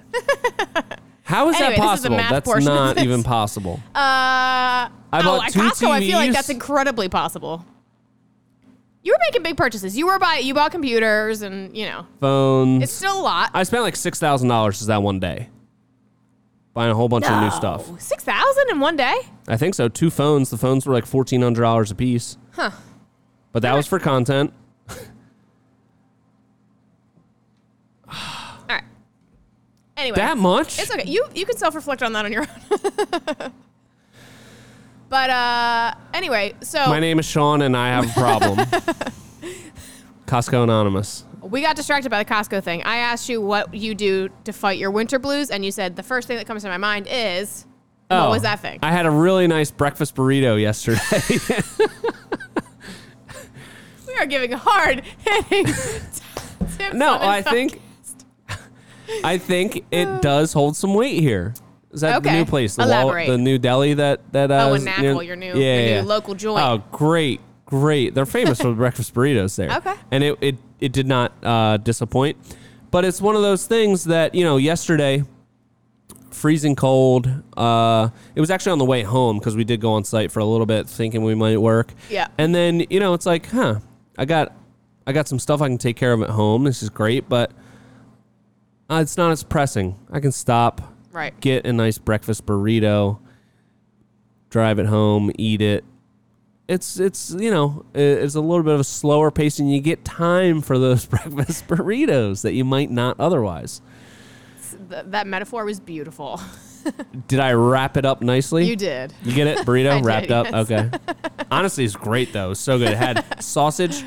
Speaker 1: How is
Speaker 2: Anyway,
Speaker 1: that
Speaker 2: this is the
Speaker 1: possible?
Speaker 2: math
Speaker 1: That's
Speaker 2: portion of
Speaker 1: not
Speaker 2: this.
Speaker 1: even possible.
Speaker 2: Uh,
Speaker 1: I
Speaker 2: oh,
Speaker 1: bought
Speaker 2: at
Speaker 1: two
Speaker 2: Costco, I feel
Speaker 1: TVs.
Speaker 2: like that's incredibly possible. You were making big purchases. You were buying, you bought computers, and you know,
Speaker 1: Phones.
Speaker 2: it's still a lot.
Speaker 1: I spent like six thousand dollars just that one day. Buying a whole bunch of new stuff.
Speaker 2: Six thousand in one day.
Speaker 1: I think so. Two phones. The phones were like fourteen hundred dollars a piece. Huh. But that was for content.
Speaker 2: Anyway,
Speaker 1: That much?
Speaker 2: It's okay. You you can self reflect on that on your own. but uh, anyway, so
Speaker 1: My name is Sean, and I have a problem. Costco Anonymous.
Speaker 2: we got distracted by the Costco thing. I asked you what you do to fight your winter blues, and you said the first thing that comes to my mind is what was that thing?
Speaker 1: Oh, I had a really nice breakfast burrito yesterday.
Speaker 2: we are giving hard hitting tips.
Speaker 1: no,
Speaker 2: on
Speaker 1: I
Speaker 2: this
Speaker 1: think I think it does hold some weight here. Is that the
Speaker 2: Okay.
Speaker 1: new place? The, wall-
Speaker 2: Elaborate.
Speaker 1: the new deli that that uh,
Speaker 2: Oh, in
Speaker 1: is
Speaker 2: Nashville, your new- your new local joint.
Speaker 1: Oh, great, great! They're famous for the breakfast burritos there.
Speaker 2: Okay.
Speaker 1: and it it, it did not uh, disappoint. But it's one of those things that you know. Yesterday, freezing cold. Uh, it was actually on the way home because we did go on site for a little bit, thinking we might work.
Speaker 2: Yeah.
Speaker 1: And then you know, it's like, huh, I got, I got some stuff I can take care of at home. This is great, but uh, it's not as pressing. I can stop,
Speaker 2: Right.
Speaker 1: get a nice breakfast burrito, drive it home, eat it. It's it's you know i- it's a little bit of a slower pace, and you get time for those breakfast burritos that you might not otherwise.
Speaker 2: Th- that metaphor was beautiful.
Speaker 1: Did I wrap it up nicely?
Speaker 2: You did.
Speaker 1: You get it? Burrito
Speaker 2: I did,
Speaker 1: wrapped up?
Speaker 2: yes.
Speaker 1: Okay. Honestly, it's great though. It's so good. It had sausage,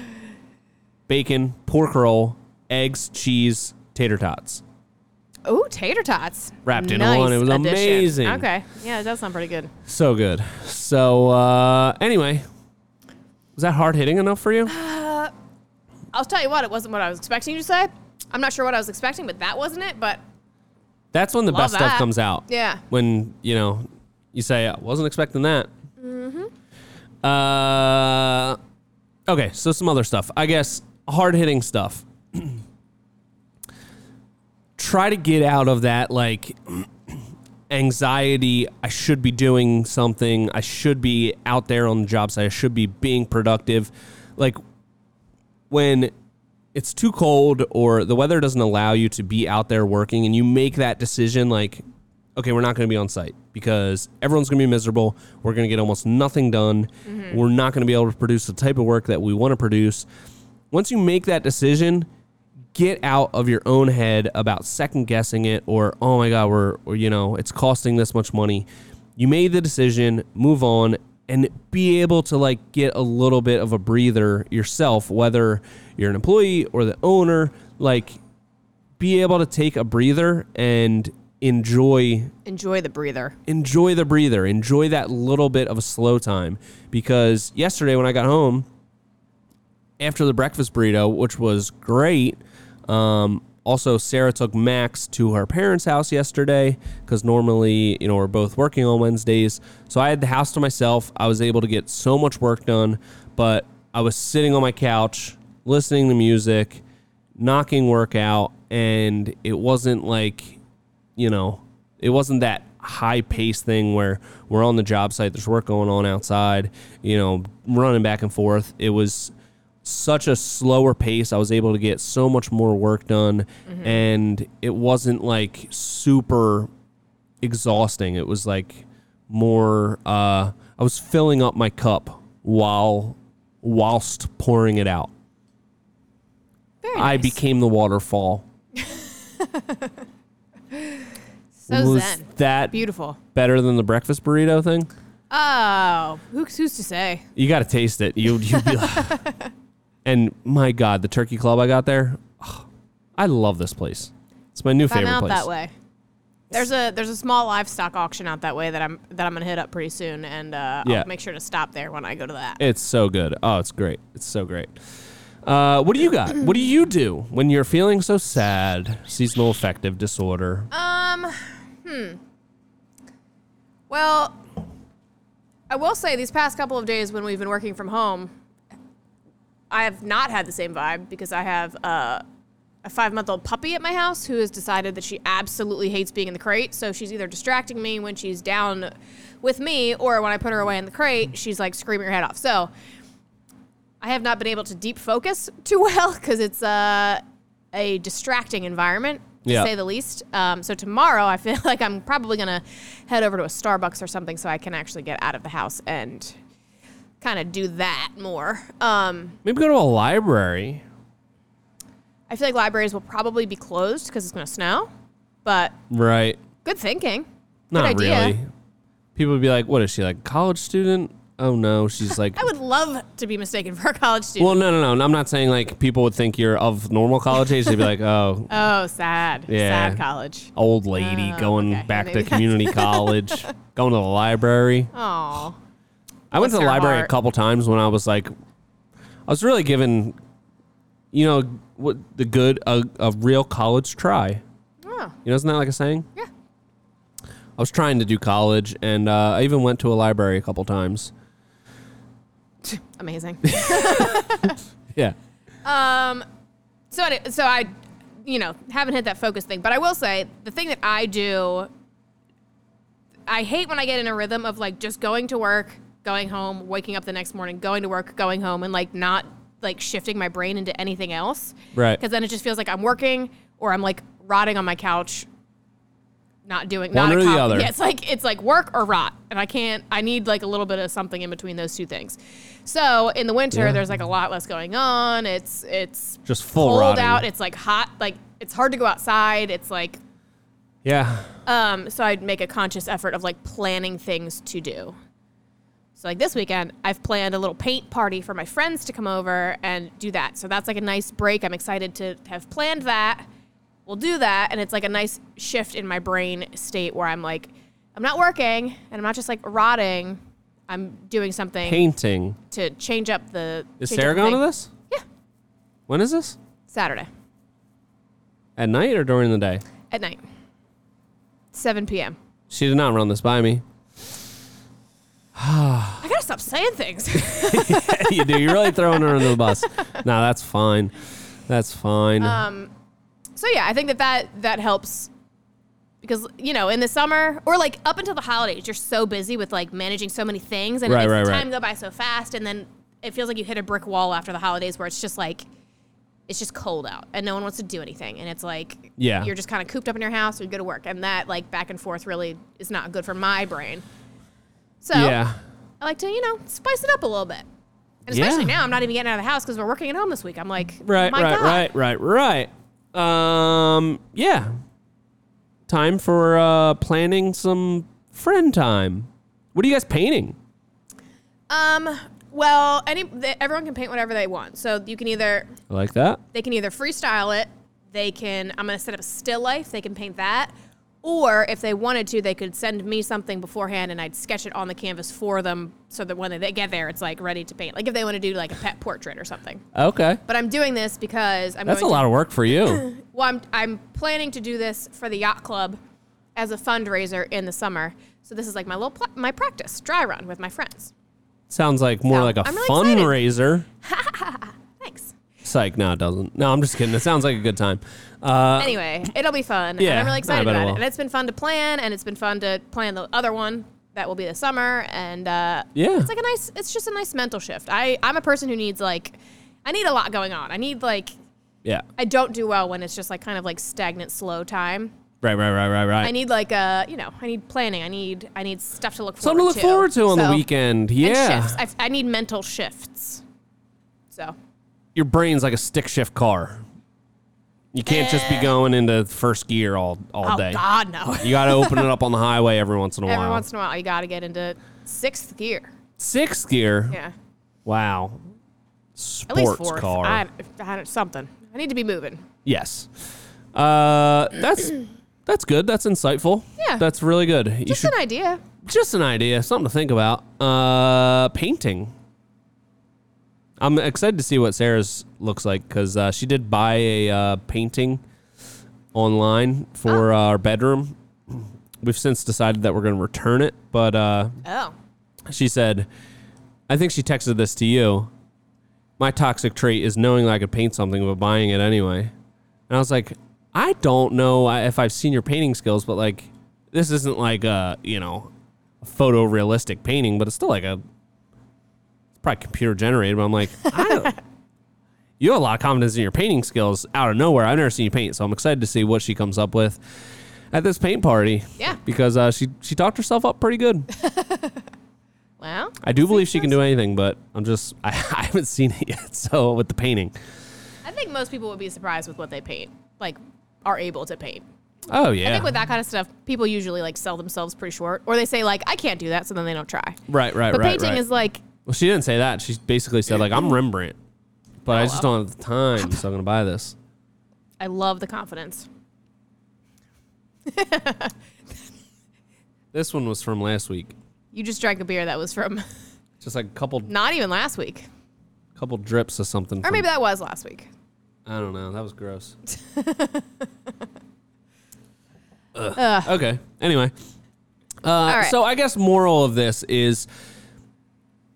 Speaker 1: bacon, pork roll, eggs, cheese, tater tots.
Speaker 2: Ooh, tater tots.
Speaker 1: Wrapped in
Speaker 2: Nice
Speaker 1: one. It was
Speaker 2: addition.
Speaker 1: amazing.
Speaker 2: Okay. Yeah, it does sound pretty good.
Speaker 1: So good. So uh anyway, was that hard hitting enough for you?
Speaker 2: I'll tell you what, it wasn't what I was expecting you to say. I'm not sure what I was expecting, but that wasn't it. But
Speaker 1: That's when the
Speaker 2: Love
Speaker 1: best stuff
Speaker 2: that.
Speaker 1: comes out.
Speaker 2: Yeah.
Speaker 1: When, you know, you say, I wasn't expecting that. Mm-hmm. Uh, okay, so some other stuff. I guess hard hitting stuff. Try to get out of that, like, anxiety. I should be doing something. I should be out there on the job site. I should be being productive. Like, when it's too cold or the weather doesn't allow you to be out there working and you make that decision like okay we're not going to be on site because everyone's going to be miserable we're going to get almost nothing done we're not going to be able to produce the type of work that we want to produce once you make that decision get out of your own head about second guessing it or oh my god we're or, you know it's costing this much money you made the decision move on and be able to like get a little bit of a breather yourself whether you're an employee or the owner like be able to take a breather and enjoy
Speaker 2: enjoy the breather.
Speaker 1: enjoy the breather, enjoy that little bit of a slow time. Because yesterday when I got home, after the breakfast burrito, which was great, um, also Sarah took Max to her parents' house yesterday because normally you know we're both working on Wednesdays, so I had the house to myself. I was able to get so much work done, but I was sitting on my couch listening to music, knocking work out, and it wasn't like you know, it wasn't that high paced thing where we're on the job site, there's work going on outside, you know, running back and forth. It was such a slower pace. I was able to get so much more work done,
Speaker 2: Mm-hmm.
Speaker 1: and it wasn't like super exhausting. It was like more, uh, I was filling up my cup while whilst pouring it out.
Speaker 2: Very
Speaker 1: I
Speaker 2: nice.
Speaker 1: became the waterfall.
Speaker 2: so
Speaker 1: was
Speaker 2: zen.
Speaker 1: that
Speaker 2: Beautiful.
Speaker 1: better than the breakfast burrito thing?
Speaker 2: Oh, who, who's to say?
Speaker 1: You got to taste it. You you be like, and my God, the turkey club I got there. oh, I love this place. It's my new
Speaker 2: If I'm
Speaker 1: favorite
Speaker 2: out
Speaker 1: place.
Speaker 2: that way. There's a there's a small livestock auction out that way that I'm that I'm gonna hit up pretty soon, and uh,
Speaker 1: Yeah.
Speaker 2: I'll make sure to stop there when I go to that.
Speaker 1: It's so good. Oh, it's great. It's so great. Uh, what do you got? what do you do when you're feeling so sad? Seasonal affective disorder.
Speaker 2: Um, hmm. Well, I will say these past couple of days when we've been working from home, I have not had the same vibe because I have uh, a five month old puppy at my house who has decided that she absolutely hates being in the crate. So she's either distracting me when she's down with me or when I put her away in the crate, she's like screaming her head off. So I have not been able to deep focus too well because it's uh, a distracting environment, to
Speaker 1: Yeah.
Speaker 2: say the least. Um, so tomorrow, I feel like I'm probably going to head over to a Starbucks or something so I can actually get out of the house and kind of do that more. Um,
Speaker 1: Maybe go to a library.
Speaker 2: I feel like libraries will probably be closed because it's going to snow. But
Speaker 1: Right.
Speaker 2: good thinking.
Speaker 1: Not
Speaker 2: good idea.
Speaker 1: really. People would be like, "What is she like? a College student?" Oh no, she's like.
Speaker 2: I would love to be mistaken for a college student.
Speaker 1: well, no, no, no. I'm not saying like people would think you're of normal college age. They'd be like, "Oh,
Speaker 2: oh, sad.
Speaker 1: Yeah.
Speaker 2: Sad college.
Speaker 1: old lady
Speaker 2: Oh,
Speaker 1: going
Speaker 2: okay.
Speaker 1: back to
Speaker 2: Maybe that's-
Speaker 1: community college, going to the library."
Speaker 2: Oh.
Speaker 1: I went
Speaker 2: Bless
Speaker 1: to the
Speaker 2: her
Speaker 1: library a
Speaker 2: heart.
Speaker 1: couple times when I was like, I was really given, you know, what the good a, a real college try.
Speaker 2: Oh.
Speaker 1: You know, isn't that like a saying?
Speaker 2: Yeah.
Speaker 1: I was trying to do college, and uh, I even went to a library a couple times.
Speaker 2: Amazing.
Speaker 1: Yeah.
Speaker 2: So, any- so I, you know, haven't hit that focus thing, but I will say the thing that I do, I hate when I get in a rhythm of like just going to work, going home, waking up the next morning, going to work, going home, and like not like shifting my brain into anything else.
Speaker 1: Right.
Speaker 2: Because then it just feels like I'm working or I'm like rotting on my couch, not doing
Speaker 1: One
Speaker 2: not
Speaker 1: or the
Speaker 2: accom-
Speaker 1: other.
Speaker 2: Yeah, it's like it's like work or rot, and I can't. I need like a little bit of something in between those two things. So in the winter,
Speaker 1: Yeah.
Speaker 2: there's like a lot less going on. It's it's
Speaker 1: Just full
Speaker 2: cold
Speaker 1: rotting.
Speaker 2: out. It's like hot. Like it's hard to go outside. It's like
Speaker 1: Yeah.
Speaker 2: um. So I'd make a conscious effort of like planning things to do. So like this weekend, I've planned a little paint party for my friends to come over and do that. So that's like a nice break. I'm excited to have planned that. We'll do that, and it's like a nice shift in my brain state where I'm like, I'm not working, and I'm not just like rotting. I'm doing something
Speaker 1: Painting.
Speaker 2: to change up the.
Speaker 1: Is
Speaker 2: change up
Speaker 1: Sarah
Speaker 2: the
Speaker 1: going to
Speaker 2: thing.
Speaker 1: this?
Speaker 2: Yeah,
Speaker 1: When is this?
Speaker 2: Saturday.
Speaker 1: At night or during the day?
Speaker 2: at night 7 p.m
Speaker 1: She did not run this by me.
Speaker 2: i gotta stop saying things
Speaker 1: you do. You're really throwing her under the bus. No, that's fine. That's fine.
Speaker 2: Um, so yeah i think that, that that helps because you know in the summer or like up until the holidays you're so busy with like managing so many things and
Speaker 1: Right,
Speaker 2: it makes
Speaker 1: right,
Speaker 2: the
Speaker 1: right.
Speaker 2: time go by so fast and then it feels like you hit a brick wall after the holidays where it's just like it's just cold out and no one wants to do anything and it's like
Speaker 1: Yeah.
Speaker 2: you're just kind of cooped up in your house or you go to work and that like back and forth really is not good for my brain so
Speaker 1: yeah.
Speaker 2: I like to, you know, spice it up a little bit. And especially
Speaker 1: Yeah.
Speaker 2: now, I'm not even getting out of the house because we're working at home this week. I'm like,
Speaker 1: Right,
Speaker 2: my
Speaker 1: right,
Speaker 2: God.
Speaker 1: right, right, right. Um, yeah. Time for uh planning some friend time. What are you guys painting?
Speaker 2: Um, well, any th everyone can paint whatever they want. So you can either
Speaker 1: I like that.
Speaker 2: they can either freestyle it. They can. I'm gonna set up a still life. They can paint that. Or if they wanted to, they could send me something beforehand, and I'd sketch it on the canvas for them, so that when they- they get there, it's like ready to paint. Like if they want to do like a pet portrait or something.
Speaker 1: Okay.
Speaker 2: But I'm doing this because I'm.
Speaker 1: That's a
Speaker 2: going to-
Speaker 1: lot of work for you.
Speaker 2: Well, I'm, I'm planning to do this for the yacht club as a fundraiser in the summer. So this is like my little pl- my practice dry run with my friends.
Speaker 1: Sounds like more
Speaker 2: So,
Speaker 1: like a
Speaker 2: I'm really
Speaker 1: fundraiser.
Speaker 2: Thanks.
Speaker 1: Psych, no, it doesn't. No, I'm just kidding. It sounds like a good time. Uh,
Speaker 2: anyway, it'll be fun.
Speaker 1: yeah,
Speaker 2: and I'm really
Speaker 1: I
Speaker 2: excited
Speaker 1: bet it
Speaker 2: about it.
Speaker 1: will.
Speaker 2: And it's been fun to plan, and it's been fun to plan the other one that will be this summer. And uh,
Speaker 1: Yeah.
Speaker 2: it's like a nice. It's just a nice mental shift. I I'm a person who needs like, I need a lot going on. I need like.
Speaker 1: yeah.
Speaker 2: I don't do well when it's just like kind of like stagnant, slow time.
Speaker 1: Right, right, right, right, right.
Speaker 2: I need like a, you know, I need planning. I need, I need stuff to look forward
Speaker 1: Something to look forward to on
Speaker 2: So-
Speaker 1: the weekend.
Speaker 2: and
Speaker 1: Yeah.
Speaker 2: shifts. I, I need mental shifts. So
Speaker 1: Your brain's like a stick shift car. You can't just be going into first gear all all
Speaker 2: Eh. oh
Speaker 1: day.
Speaker 2: God, no.
Speaker 1: You got to open it up on the highway every once in a
Speaker 2: Every
Speaker 1: while.
Speaker 2: once in a while, you got to get into sixth gear.
Speaker 1: Sixth gear.
Speaker 2: Yeah,
Speaker 1: Wow.
Speaker 2: at least
Speaker 1: Sports
Speaker 2: fourth.
Speaker 1: car.
Speaker 2: I, I don't, something. I need to be moving.
Speaker 1: yes. Uh, that's that's good. That's insightful.
Speaker 2: Yeah.
Speaker 1: That's really good. you
Speaker 2: Just
Speaker 1: should
Speaker 2: an idea.
Speaker 1: just an idea, something to think about. Uh, painting. I'm excited to see what Sarah's looks like because uh, she did buy a uh, painting online for uh, our bedroom. We've since decided that we're going to return it, but uh,
Speaker 2: Oh,
Speaker 1: she said, I think she texted this to you. My toxic trait is knowing that I could paint something but buying it anyway. And I was like, I don't know if I've seen your painting skills, but like, this isn't like a, you know, a photorealistic painting, but it's still like a, it's probably computer generated. But I'm like, I don't, you have a lot of confidence in your painting skills out of nowhere. I've never seen you paint, so I'm excited to see what she comes up with at this paint party.
Speaker 2: Yeah.
Speaker 1: Because uh, she, she talked herself up pretty good.
Speaker 2: well,
Speaker 1: I do believe she can do anything, but I'm just I, I haven't seen it yet. So with the painting,
Speaker 2: I think most people would be surprised with what they paint, like are able to paint.
Speaker 1: Oh
Speaker 2: I
Speaker 1: yeah.
Speaker 2: think with that kind of stuff, people usually like sell themselves pretty short, or they say like, "I can't do that," so then they don't try.
Speaker 1: right, right,
Speaker 2: But
Speaker 1: right,
Speaker 2: painting
Speaker 1: right.
Speaker 2: is like,
Speaker 1: well, she didn't say that. She basically said like, "I'm Rembrandt," but
Speaker 2: Oh,
Speaker 1: I just don't have the time, so I'm gonna buy this.
Speaker 2: I love the confidence.
Speaker 1: This one was from last week.
Speaker 2: You just drank a beer that was from
Speaker 1: Just like a couple,
Speaker 2: not even last week,
Speaker 1: couple drips of something.
Speaker 2: or
Speaker 1: from-
Speaker 2: maybe that was last week.
Speaker 1: I don't know. That was gross.
Speaker 2: Ugh.
Speaker 1: Okay. Anyway. Uh,
Speaker 2: right.
Speaker 1: So I guess moral of this is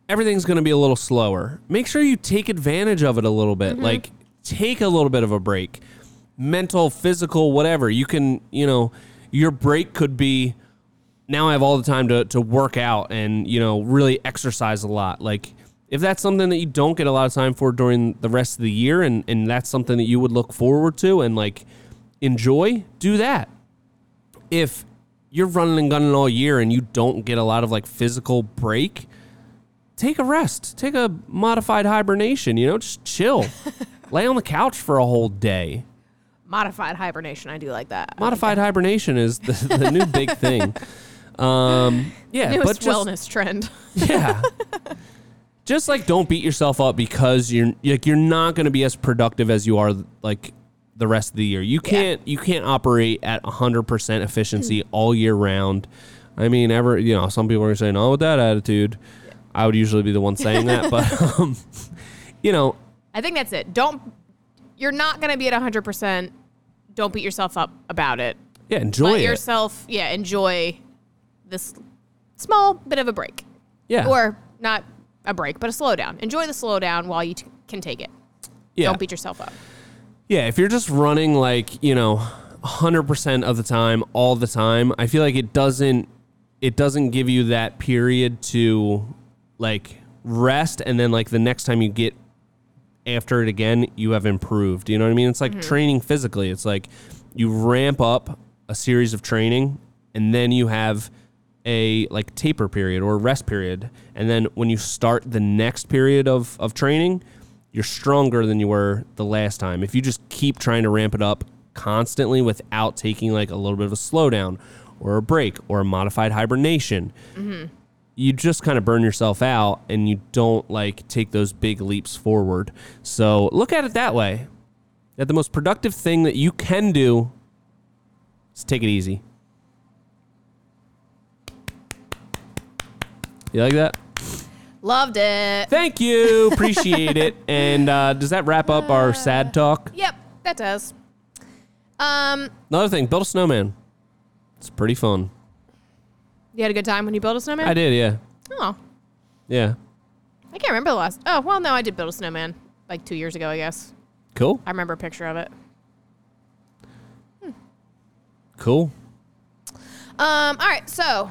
Speaker 1: everything's going to be a little slower. Make sure you take advantage of it a little
Speaker 2: Mm-hmm.
Speaker 1: bit. Like take a little bit of a break, mental, physical, whatever. You can, you know, your break could be. Now I have all the time to to work out and you know really exercise a lot. Like if that's something that you don't get a lot of time for during the rest of the year, and and that's something that you would look forward to and like enjoy, do that if you're running and gunning all year and you don't get a lot of like physical break, take a rest. Take a modified hibernation, you know, just chill. Lay on the couch for a whole day.
Speaker 2: Modified hibernation, I do like that. I like
Speaker 1: Modified hibernation is the, the new big thing. Um, yeah,
Speaker 2: that.
Speaker 1: but
Speaker 2: newest
Speaker 1: just,
Speaker 2: wellness trend.
Speaker 1: yeah. Just like don't beat yourself up because you're like you're not going to be as productive as you are like the rest of the year. You can't you can't operate at 100% efficiency all year round. I mean, ever you know, some people are saying, "Oh, with that attitude." I would usually be the one saying that, but um, you know,
Speaker 2: I think that's it. Don't you're not gonna be at hundred percent. Don't beat yourself up about it.
Speaker 1: Oh, yeah, enjoy
Speaker 2: Let
Speaker 1: it.
Speaker 2: yourself, yeah, enjoy this small bit of a break,
Speaker 1: yeah.
Speaker 2: or not a break, but a slowdown. Enjoy the slowdown while you t- can take it.
Speaker 1: yeah.
Speaker 2: Don't beat yourself up.
Speaker 1: Yeah, if you're just running like, you know, 100% of the time all the time, I feel like it doesn't it doesn't give you that period to like rest and then like the next time you get after it again, you have improved. You know what I mean? It's like training physically. It's like you ramp up a series of training and then you have a like taper period or rest period. And then when you start the next period of, of training, you're stronger than you were the last time. If you just keep trying to ramp it up constantly without taking like a little bit of a slowdown or a break or a modified hibernation, you just kind of burn yourself out and you don't like take those big leaps forward. So look at it that way. That the most productive thing that you can do is take it easy. You like that?
Speaker 2: Loved it.
Speaker 1: Thank you. Appreciate it. And uh, does that wrap up our sad talk?
Speaker 2: Yep, that does. Um,
Speaker 1: Another thing, build a snowman. It's pretty fun.
Speaker 2: you had a good time when you built a snowman.
Speaker 1: I did, yeah.
Speaker 2: Oh,
Speaker 1: Yeah.
Speaker 2: I can't remember the last. Oh, well, no, I did build a snowman like two years ago, I guess.
Speaker 1: Cool.
Speaker 2: I remember a picture of it.
Speaker 1: Cool.
Speaker 2: Um, all right, so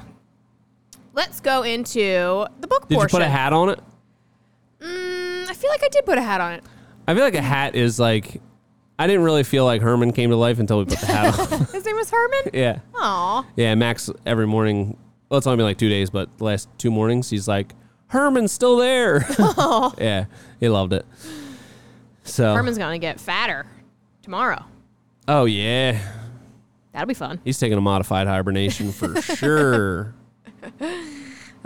Speaker 2: let's go into the book
Speaker 1: Did you
Speaker 2: portion.
Speaker 1: put a hat on it?
Speaker 2: Mm, I feel like I did put a hat on it.
Speaker 1: I feel like a hat is like. I didn't really feel like Herman came to life until we put the hat on.
Speaker 2: His name was Herman.
Speaker 1: yeah,
Speaker 2: Aw,
Speaker 1: yeah. Max every morning. Well, it's only been like two days, but the last two mornings he's like, "Herman's still there." yeah, he loved it. So,
Speaker 2: Herman's gonna get fatter tomorrow.
Speaker 1: oh yeah,
Speaker 2: That'll be fun.
Speaker 1: he's taking a modified hibernation for sure. All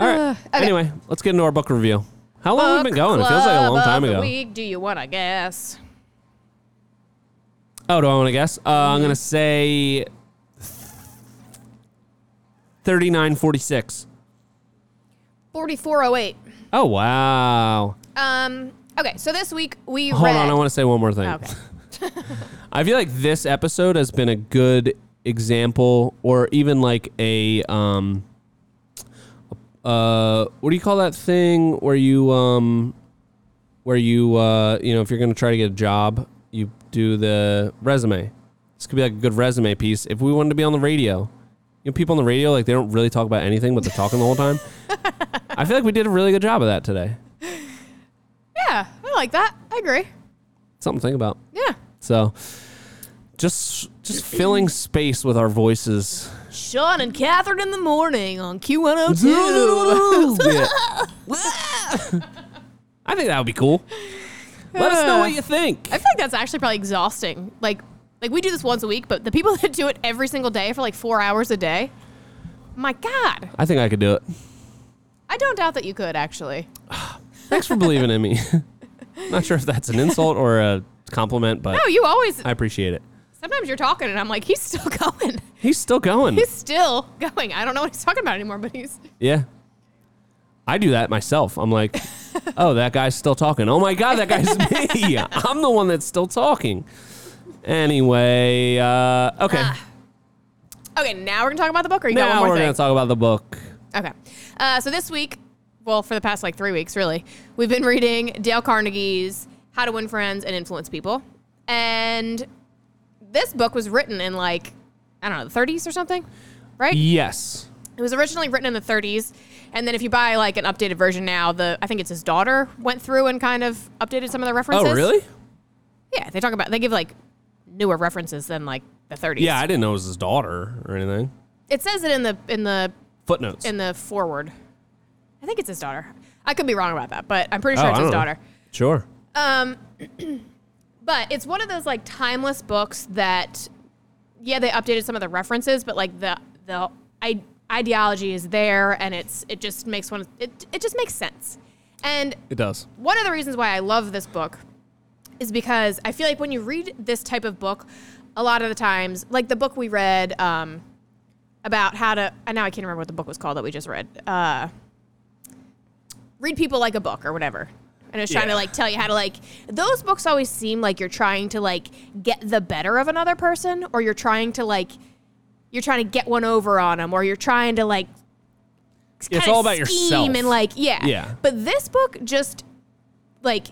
Speaker 1: right.
Speaker 2: Uh,
Speaker 1: Anyway, let's get into our book review. How long have we been going? It feels like a
Speaker 2: Club
Speaker 1: long time
Speaker 2: of the
Speaker 1: ago.
Speaker 2: Week. Do you want to guess?
Speaker 1: Oh, do I want to guess? Uh, I'm gonna say thirty-nine forty-six.
Speaker 2: Forty-four oh eight.
Speaker 1: Oh wow!
Speaker 2: Um. Okay, so this week we
Speaker 1: Hold
Speaker 2: read.
Speaker 1: on, I want to say one more thing.
Speaker 2: Okay.
Speaker 1: I feel like this episode has been a good example, or even like a um, uh, what do you call that thing where you um, where you uh, you know, if you're gonna try to get a job, you do the resume. This could be like a good resume piece. If we wanted to be on the radio, you know, people on the radio like they don't really talk about anything, but they're talking the whole time. I feel like we did a really good job of that today.
Speaker 2: Yeah, I like that. I agree.
Speaker 1: Something to think about.
Speaker 2: Yeah.
Speaker 1: So just just filling space with our voices.
Speaker 2: Sean and Catherine in the morning on Q102.
Speaker 1: Yeah. I think that would be cool. Let us know what you think.
Speaker 2: Uh, I feel like that's actually probably exhausting. Like Like we do this once a week, but the people that do it every single day for like four hours a day, my God,
Speaker 1: I think I could do it.
Speaker 2: I don't doubt that you could actually.
Speaker 1: Thanks for believing in me. Not sure if that's an insult or a compliment, but
Speaker 2: No, Oh, you always.
Speaker 1: I appreciate it.
Speaker 2: Sometimes you're talking, and I'm like, he's still going.
Speaker 1: He's still going.
Speaker 2: He's still going. I don't know what he's talking about anymore, but he's.
Speaker 1: yeah. I do that myself. I'm like, oh, that guy's still talking. Oh my God, that guy's me. I'm the one that's still talking. Anyway, uh, okay.
Speaker 2: Ah. Okay, now we're gonna talk about the book. Or you got
Speaker 1: now
Speaker 2: one more
Speaker 1: we're going
Speaker 2: thing?
Speaker 1: to talk about the book.
Speaker 2: Okay. Uh, so this week, well, for the past like three weeks, really, we've been reading Dale Carnegie's How to Win Friends and Influence People. And this book was written in like, I don't know, the 30s or something, right?
Speaker 1: Yes.
Speaker 2: It was originally written in the 30s. And then if you buy like an updated version now, the I think it's his daughter went through and kind of updated some of the references.
Speaker 1: Oh, really?
Speaker 2: Yeah, they talk about, they give like newer references than like the 30s.
Speaker 1: Yeah, I didn't know it was his daughter or anything.
Speaker 2: It says it in the, in the,
Speaker 1: Footnotes.
Speaker 2: in the forward. I think it's his daughter. I could be wrong about that, but I'm pretty
Speaker 1: Oh,
Speaker 2: sure it's his daughter.
Speaker 1: Sure.
Speaker 2: Um, but it's one of those like timeless books that, yeah, they updated some of the references, but like the the I- ideology is there, and it's it just makes one it it just makes sense. And
Speaker 1: It does.
Speaker 2: one of the reasons why I love this book is because I feel like when you read this type of book, a lot of the times, like the book we read um, about how to, and now I can't remember what the book was called that we just read. Uh, read people like a book or whatever. And it's trying
Speaker 1: Yeah.
Speaker 2: to like tell you how to like those books always seem like you're trying to like get the better of another person or you're trying to like you're trying to get one over on them or you're trying to like
Speaker 1: It's
Speaker 2: kinda
Speaker 1: all about
Speaker 2: scheme
Speaker 1: yourself.
Speaker 2: and like yeah
Speaker 1: Yeah.
Speaker 2: but this book just like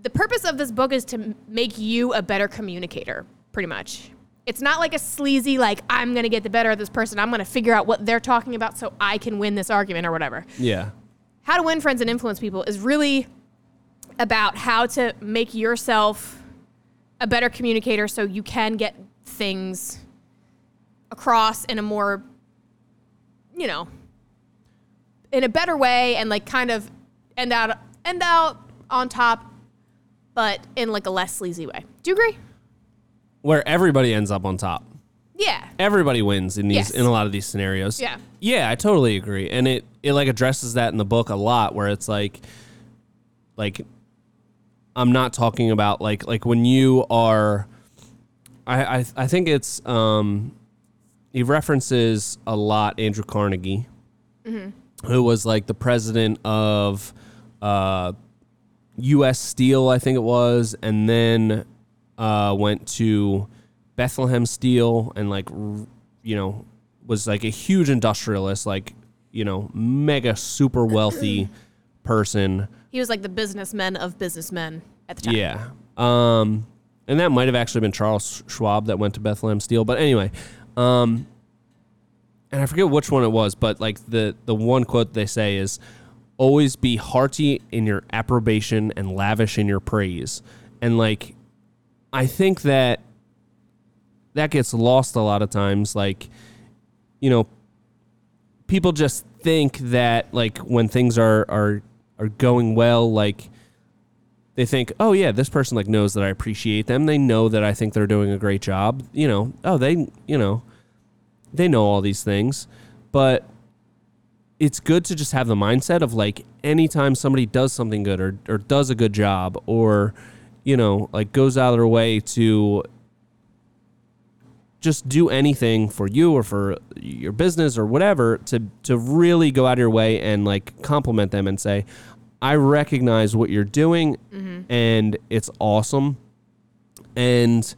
Speaker 2: the purpose of this book is to m- make you a better communicator pretty much it's not like a sleazy like i'm gonna get the better of this person i'm gonna figure out what they're talking about so i can win this argument or whatever
Speaker 1: yeah.
Speaker 2: how to win friends and influence people is really about how to make yourself a better communicator so you can get things across in a more you know in a better way and like kind of end out end out on top but in like a less sleazy way do you agree
Speaker 1: Where everybody ends up on top.
Speaker 2: yeah
Speaker 1: Everybody wins in these
Speaker 2: Yes.
Speaker 1: in a lot of these scenarios.
Speaker 2: Yeah.
Speaker 1: Yeah, I totally agree. And it it like addresses that in the book a lot where it's like like I'm not talking about like like when you are I I, I think it's um he references a lot Andrew Carnegie
Speaker 2: Mm-hmm.
Speaker 1: who was like the president of uh US Steel I think it was and then uh went to Bethlehem Steel and like r- you know was like a huge industrialist like you know mega super wealthy person
Speaker 2: he was like the businessman of businessmen at the time
Speaker 1: yeah. Um, and that might have actually been Charles Schwab that went to Bethlehem Steel. But anyway, um, and I forget which one it was, but like the, the one quote they say is always be hearty in your approbation and lavish in your praise. And like, I think that that gets lost a lot of times. Like, you know, people just think that like when things are, are, are going well, like they think, oh yeah, this person like knows that I appreciate them. They know that I think they're doing a great job. You know, oh they, you know, they know all these things, but it's good to just have the mindset of like anytime somebody does something good or or does a good job or you know like goes out of their way to just do anything for you or for your business or whatever to to really go out of your way and like compliment them and say I recognize what you're doing and it's awesome and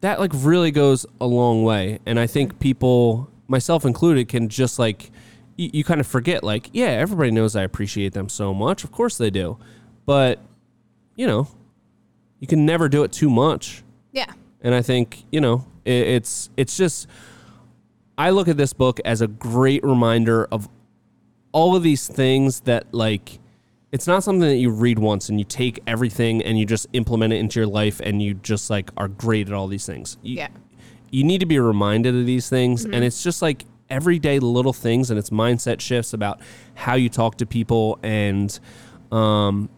Speaker 1: that like really goes a long way and I think people myself included can just like you, you kind of forget like yeah everybody knows I appreciate them so much of course they do but you know you can never do it too much
Speaker 2: yeah
Speaker 1: and I think you know i it's it's just I look at this book as a great reminder of all of these things that like it's not something that you read once and you take everything and you just implement it into your life and you just like are great at all these things. You,
Speaker 2: Yeah.
Speaker 1: You need to be reminded of these things and it's just like everyday little things and it's mindset shifts about how you talk to people and um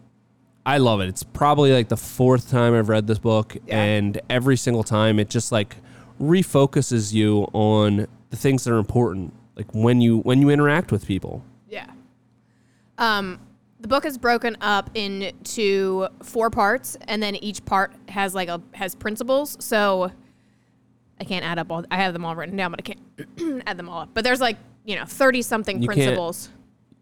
Speaker 1: I love it. It's probably like the fourth time I've read this book,
Speaker 2: Yeah.
Speaker 1: and every single time it just like refocuses you on the things that are important, like when you when you interact with people.
Speaker 2: Yeah. Um, the book is broken up into four parts, and then each part has like a has principles. So I can't add up all. I have them all written down, but I can't add them all up. But there's like you know thirty something
Speaker 1: You can't-
Speaker 2: principles.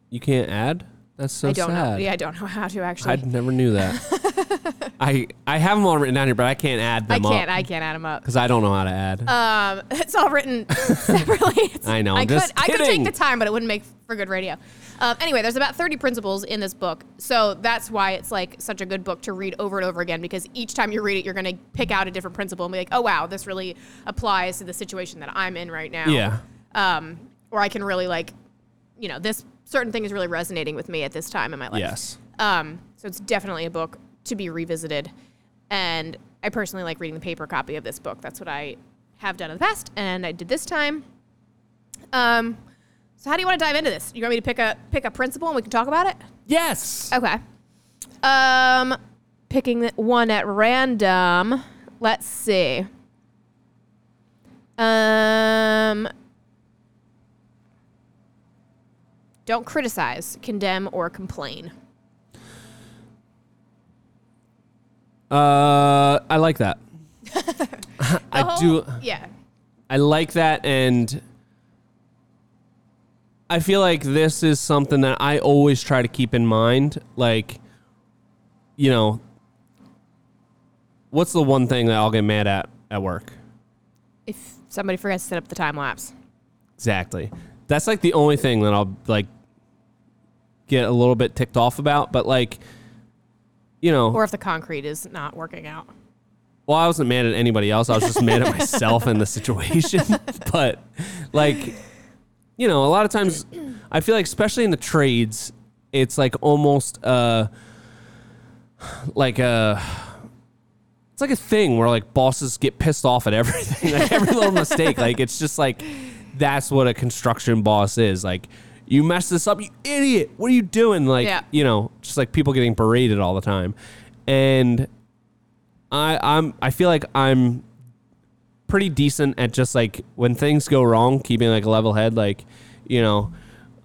Speaker 1: You can't add. That's so
Speaker 2: I don't
Speaker 1: sad.
Speaker 2: know. Yeah, I don't know how to actually.
Speaker 1: I never knew that. I I have them all written down here, but I can't add
Speaker 2: I
Speaker 1: them
Speaker 2: can't. I can't add them up.
Speaker 1: because I don't know how to add.
Speaker 2: Um, it's all written separately. It's-
Speaker 1: I know,
Speaker 2: I
Speaker 1: I'm just
Speaker 2: could, I could
Speaker 1: kidding.
Speaker 2: take the time, but it wouldn't make for good radio. Um, anyway, there's about 30 principles in this book, so that's why it's like such a good book to read over and over again because each time you read it, you're going to pick out a different principle and be like, oh wow, this really applies to the situation that I'm in right now.
Speaker 1: yeah,
Speaker 2: Um, or I can really like, you know, this certain thing is really resonating with me at this time in my life.
Speaker 1: yes.
Speaker 2: Um, so it's definitely a book to be revisited. And I personally like reading the paper copy of this book. That's what I have done in the past, and I did this time. Um, so how do you want to dive into this? You want me to pick a pick a principle and we can talk about it?
Speaker 1: Yes.
Speaker 2: Okay. Um, picking the- one at random. Let's see. Um, don't criticize, condemn, or complain. Oh.
Speaker 1: Uh, I like that.
Speaker 2: The
Speaker 1: I
Speaker 2: whole-
Speaker 1: do.
Speaker 2: Yeah.
Speaker 1: I like that, and I feel like this is something that I always try to keep in mind. Like, you know, what's the one thing that I'll get mad at at work?
Speaker 2: If somebody forgets to set up the time lapse.
Speaker 1: Exactly. That's like the only thing that I'll like get a little bit ticked off about. But like, you know,
Speaker 2: Or if the concrete is not working out.
Speaker 1: Well, I wasn't mad at anybody else. I was just mad at myself and the situation. but like, you know, a lot of times I feel like, especially in the trades, it's like almost uh like a it's like a thing where like bosses get pissed off at everything, like every little mistake. Like it's just like that's what a construction boss is. Like you messed this up, you idiot. What are you doing? Like
Speaker 2: Yeah.
Speaker 1: you know, just like people getting berated all the time, and I I'm I feel like I'm pretty decent at just like when things go wrong, keeping like a level head. Like you know,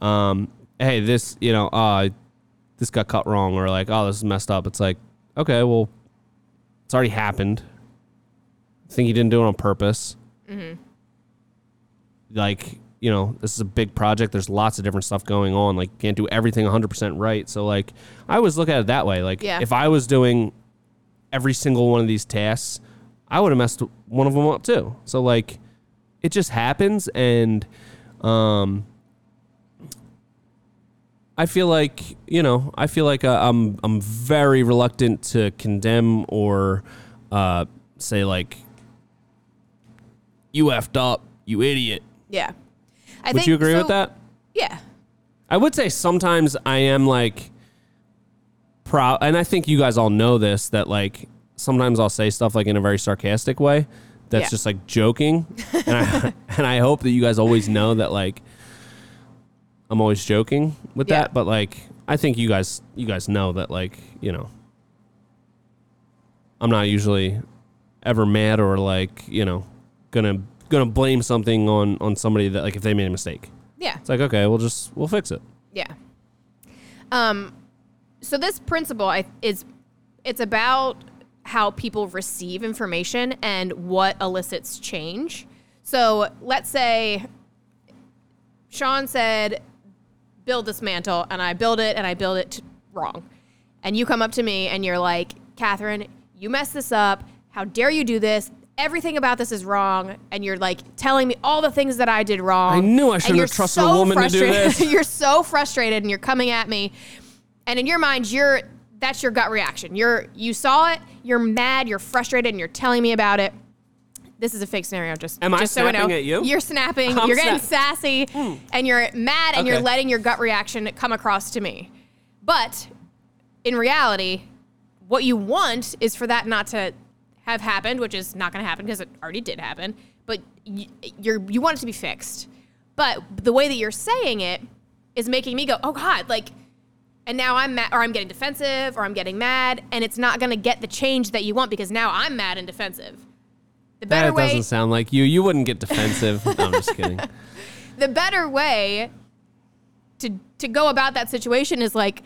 Speaker 1: um, hey, this you know, uh, this got cut wrong, or like, oh, this is messed up. It's like, okay, well, it's already happened. I think he didn't do it on purpose. Like, you know, this is a big project. There's lots of different stuff going on. Like, you can't do everything 100% right. So, like, I always look at it that way. Like,
Speaker 2: Yeah.
Speaker 1: if I was doing every single one of these tasks, I would have messed one of them up too. So, like, it just happens. And, um, I feel like you know. I feel like uh, I'm I'm very reluctant to condemn or uh, say like you effed up, you idiot.
Speaker 2: Yeah. I
Speaker 1: Would you agree
Speaker 2: so-
Speaker 1: with that?
Speaker 2: Yeah.
Speaker 1: I would say sometimes I am like pro and I think you guys all know this that like sometimes I'll say stuff like in a very sarcastic way that's
Speaker 2: Yeah.
Speaker 1: just like joking. and I and I hope that you guys always know that like I'm always joking with
Speaker 2: Yeah.
Speaker 1: that, but like I think you guys you guys know that like, you know, I'm not usually ever mad or like, you know, gonna gonna blame something on on somebody that like if they made a mistake.
Speaker 2: Yeah.
Speaker 1: It's like, okay, we'll just we'll fix it.
Speaker 2: Yeah. Um, so this principle I, is it's about how people receive information and what elicits change. So let's say Sean said, "Build this mantle," and I build it, and I build it t- wrong. And you come up to me and you're like, "Catherine, you messed this up. How dare you do this?" Everything about this is wrong, and you're like telling me all the things that I did wrong.
Speaker 1: I knew I
Speaker 2: And
Speaker 1: shouldn't
Speaker 2: you're
Speaker 1: have trusted a woman to do
Speaker 2: frustrated-
Speaker 1: this.
Speaker 2: you're so frustrated and you're coming at me and in your mind you're that's your gut reaction you're you saw it you're mad you're frustrated and you're telling me about it this is a fake scenario just
Speaker 1: Am I
Speaker 2: just so we know.
Speaker 1: snapping at you?
Speaker 2: you're snapping
Speaker 1: I'm
Speaker 2: you're getting
Speaker 1: snap-
Speaker 2: sassy and you're mad and you're
Speaker 1: Okay.
Speaker 2: letting your gut reaction come across to me but in reality what you want is for that not to have happened, which is not going to happen because it already did happen. But you, you're you want it to be fixed. But the way that you're saying it is making me go, "Oh God!" Like and now I'm mad, or I'm getting defensive, or I'm getting mad, and it's not going to get the change that you want because now I'm mad and defensive. The better
Speaker 1: That
Speaker 2: way,
Speaker 1: doesn't sound like you. You wouldn't get defensive. No, I'm just kidding.
Speaker 2: the better way to to go about that situation is like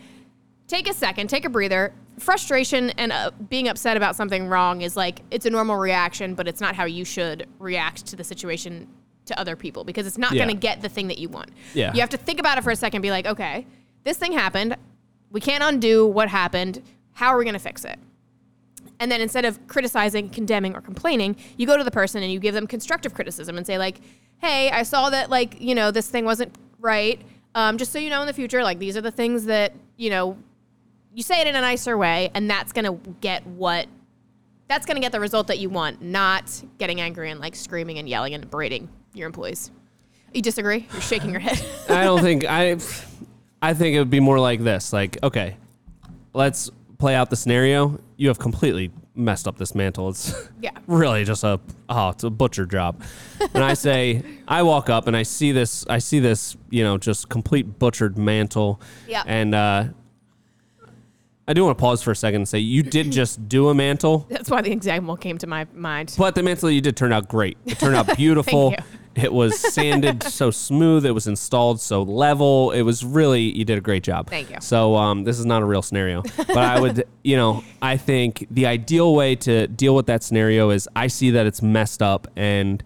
Speaker 2: take a second, take a breather. Frustration and uh, being upset about something wrong is like it's a normal reaction, but it's not how you should react to the situation to other people because it's not
Speaker 1: Yeah.
Speaker 2: going to get the thing that you want.
Speaker 1: Yeah.
Speaker 2: You have to think about it for a second. Be like, okay, this thing happened. We can't undo what happened. How are we going to fix it? And then instead of criticizing, condemning, or complaining, you go to the person and you give them constructive criticism and say, like, hey, I saw that, like, you know, this thing wasn't right. Um, just so you know, in the future, like, these are the things that, you know, you say it in a nicer way, and that's going to get what, that's going to get the result that you want, not getting angry and, like, screaming and yelling and berating your employees. You disagree? You're shaking your head.
Speaker 1: I don't think I. I think it would be more like this. Like, okay, let's play out the scenario. You have completely messed up this mantle. It's
Speaker 2: Yeah.
Speaker 1: really just a oh, it's a butcher job. And I say, I walk up and I see this. I see this. You know, just complete butchered mantle.
Speaker 2: Yeah.
Speaker 1: And uh, I do want to pause for a second and say, you did just do a mantle.
Speaker 2: that's why the example came to my mind.
Speaker 1: But the mantle you did turned out great. It turned out beautiful.
Speaker 2: Thank
Speaker 1: It was sanded so smooth. It was installed so level. It was really you did a great job.
Speaker 2: Thank you.
Speaker 1: So um, this is not a real scenario, but I would you know I think the ideal way to deal with that scenario is I see that it's messed up and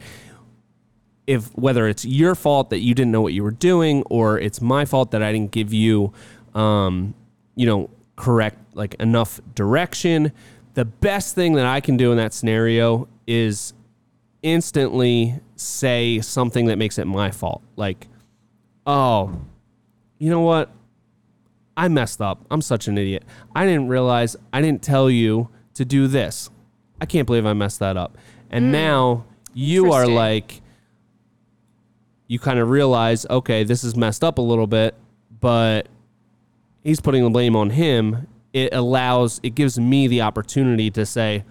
Speaker 1: if whether it's your fault that you didn't know what you were doing or it's my fault that I didn't give you um, you know correct like enough direction the best thing that I can do in that scenario is instantly say something that makes it my fault like oh you know what I messed up I'm such an idiot I didn't realize I didn't tell you to do this I can't believe I messed that up and now you are
Speaker 2: Interesting.
Speaker 1: like you kind of realize, okay, this is messed up a little bit, but he's putting the blame on him. It allows, it gives me the opportunity to say,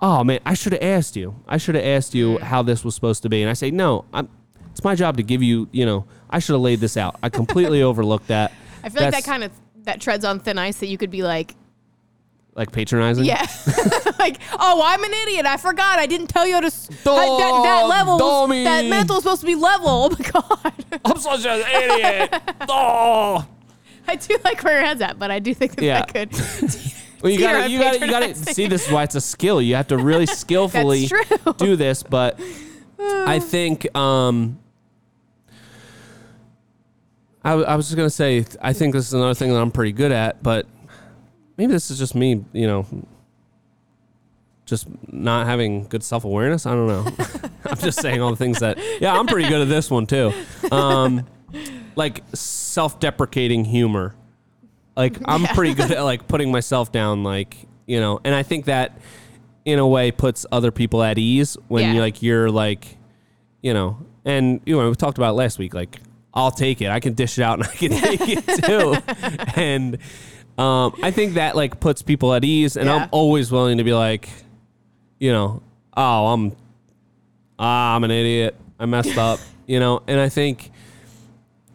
Speaker 1: oh man, I should have asked you. I should have asked you
Speaker 2: Mm.
Speaker 1: how this was supposed to be. And I say, no, I'm, it's my job to give you, you know, I should have laid this out. I completely overlooked that.
Speaker 2: I feel like that kind of that treads on thin ice that you could be like,
Speaker 1: of like patronizing.
Speaker 2: yeah, like, oh, I'm an idiot. I forgot. I didn't tell you how to s- that, that, that
Speaker 1: Dumb
Speaker 2: level. was-
Speaker 1: dummy.
Speaker 2: That mantle was supposed to be level. Oh my god,
Speaker 1: I'm such an idiot. oh.
Speaker 2: I do like where your head's at, but I do think that
Speaker 1: Yeah.
Speaker 2: that could.
Speaker 1: Well, you got
Speaker 2: Peter,
Speaker 1: to
Speaker 2: I'm
Speaker 1: you got to you got to
Speaker 2: patronizing.
Speaker 1: see this is why it's a skill. You have to really skillfully
Speaker 2: true.
Speaker 1: do this, but I think um I, w- I was just going to say I think this is another thing that I'm pretty good at, but maybe this is just me, you know, just not having good self-awareness, I don't know. I'm just saying all the things that Yeah, I'm pretty good at this one too. Um like self-deprecating humor like i'm pretty good at like putting myself down like you know and i think that in a way puts other people at ease when
Speaker 2: Yeah.
Speaker 1: you like you're like you know and you know we talked about it last week like i'll take it i can dish it out and i can take it too and um, i think that like puts people at ease and
Speaker 2: Yeah.
Speaker 1: i'm always willing to be like you know oh i'm ah, i'm an idiot i messed up you know and i think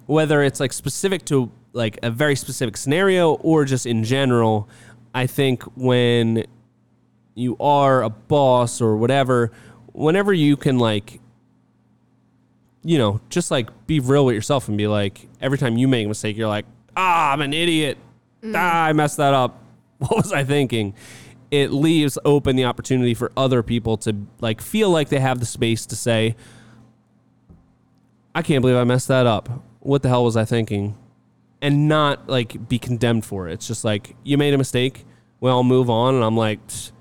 Speaker 1: whether it's like specific to like a very specific scenario or just in general, I think when you are a boss or whatever, whenever you can like you know, just like be real with yourself and be like every time you make a mistake, you're like, "Ah, I'm an idiot. Ah, I messed that up. What was I thinking?" It leaves open the opportunity for other people to like feel like they have the space to say, I can't believe I messed that up. What the hell was I thinking? And not like be condemned for it. It's just like you made a mistake. Well, I'll move on. And I'm like, "Psh,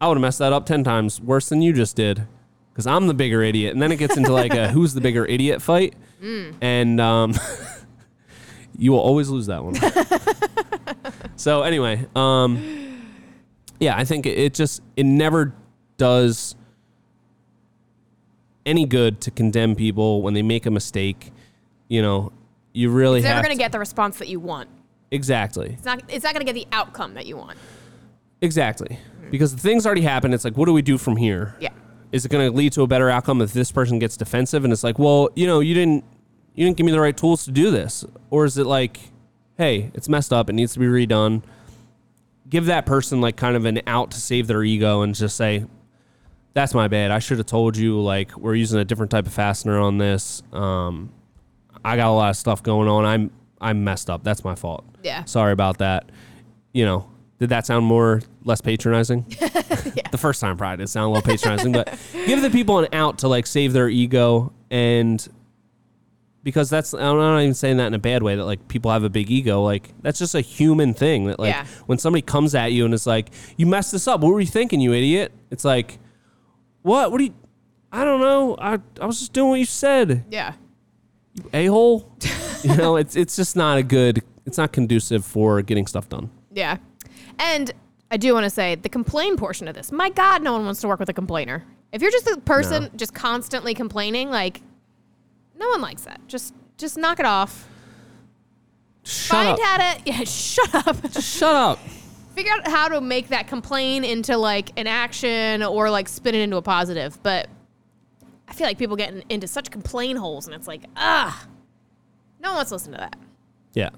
Speaker 1: I would have messed that up ten times worse than you just did, because I'm the bigger idiot. And then it gets into like a who's the bigger idiot fight,
Speaker 2: Mm.
Speaker 1: and um, you will always lose that one. so anyway, um, yeah, I think it, it just it never does any good to condemn people when they make a mistake. You know, you really
Speaker 2: It's
Speaker 1: have
Speaker 2: never gonna get the response that you want.
Speaker 1: exactly.
Speaker 2: It's not. It's not gonna get the outcome that you want.
Speaker 1: Exactly. Because the thing's already happened. It's like, what do we do from here?
Speaker 2: Yeah.
Speaker 1: Is it going to lead to a better outcome if this person gets defensive? And it's like, well, you know, you didn't, you didn't give me the right tools to do this, or is it like, hey, it's messed up. It needs to be redone. Give that person like kind of an out to save their ego and just say, that's my bad. I should have told you like we're using a different type of fastener on this. Um, I got a lot of stuff going on. I'm I'm messed up. That's my fault.
Speaker 2: Yeah.
Speaker 1: Sorry about that. You know, did that sound more less patronizing? The first time probably did sound a little patronizing, but give the people an out to like save their ego and because that's I'm not even saying that in a bad way that like people have a big ego like that's just a human thing that like
Speaker 2: Yeah.
Speaker 1: when somebody comes at you and it's like you messed this up what were you thinking you idiot it's like what what do you I don't know I I was just doing what you said
Speaker 2: Yeah.
Speaker 1: a hole. you know, it's it's just not a good. It's not conducive for getting stuff done.
Speaker 2: Yeah. And I do want to say the complain portion of this. My God, no one wants to work with a complainer. If you're just a person
Speaker 1: No.
Speaker 2: just constantly complaining, like no one likes that. Just just knock it off.
Speaker 1: Shut up.
Speaker 2: Find how to yeah, shut up. Just
Speaker 1: Shut up.
Speaker 2: figure out how to make that complain into like an action or like spin it into a positive. But I feel like people get in- into such complain holes and it's like, ah. No one wants to listen to that.
Speaker 1: Yeah,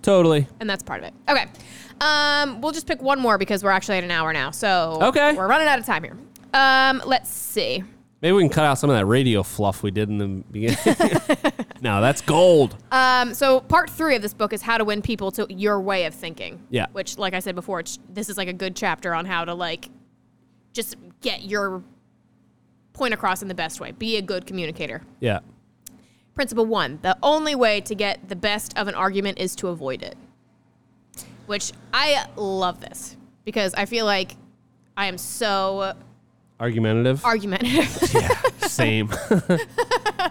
Speaker 1: totally.
Speaker 2: and that's part of it. Okay. Um, we'll just pick one more because we're actually at an hour now. So
Speaker 1: Okay.
Speaker 2: we're running out of time here. Um, let's see.
Speaker 1: Maybe we can cut out some of that radio fluff we did in the beginning. no, that's gold.
Speaker 2: Um, so part three of this book is how to win people to your way of thinking.
Speaker 1: Yeah.
Speaker 2: Which, like I said before, it's, this is like a good chapter on how to like just get your point across in the best way. Be a good communicator.
Speaker 1: yeah,
Speaker 2: Principle one: the only way to get the best of an argument is to avoid it. Which I love this because I feel like I am so
Speaker 1: argumentative.
Speaker 2: argumentative.
Speaker 1: yeah, same.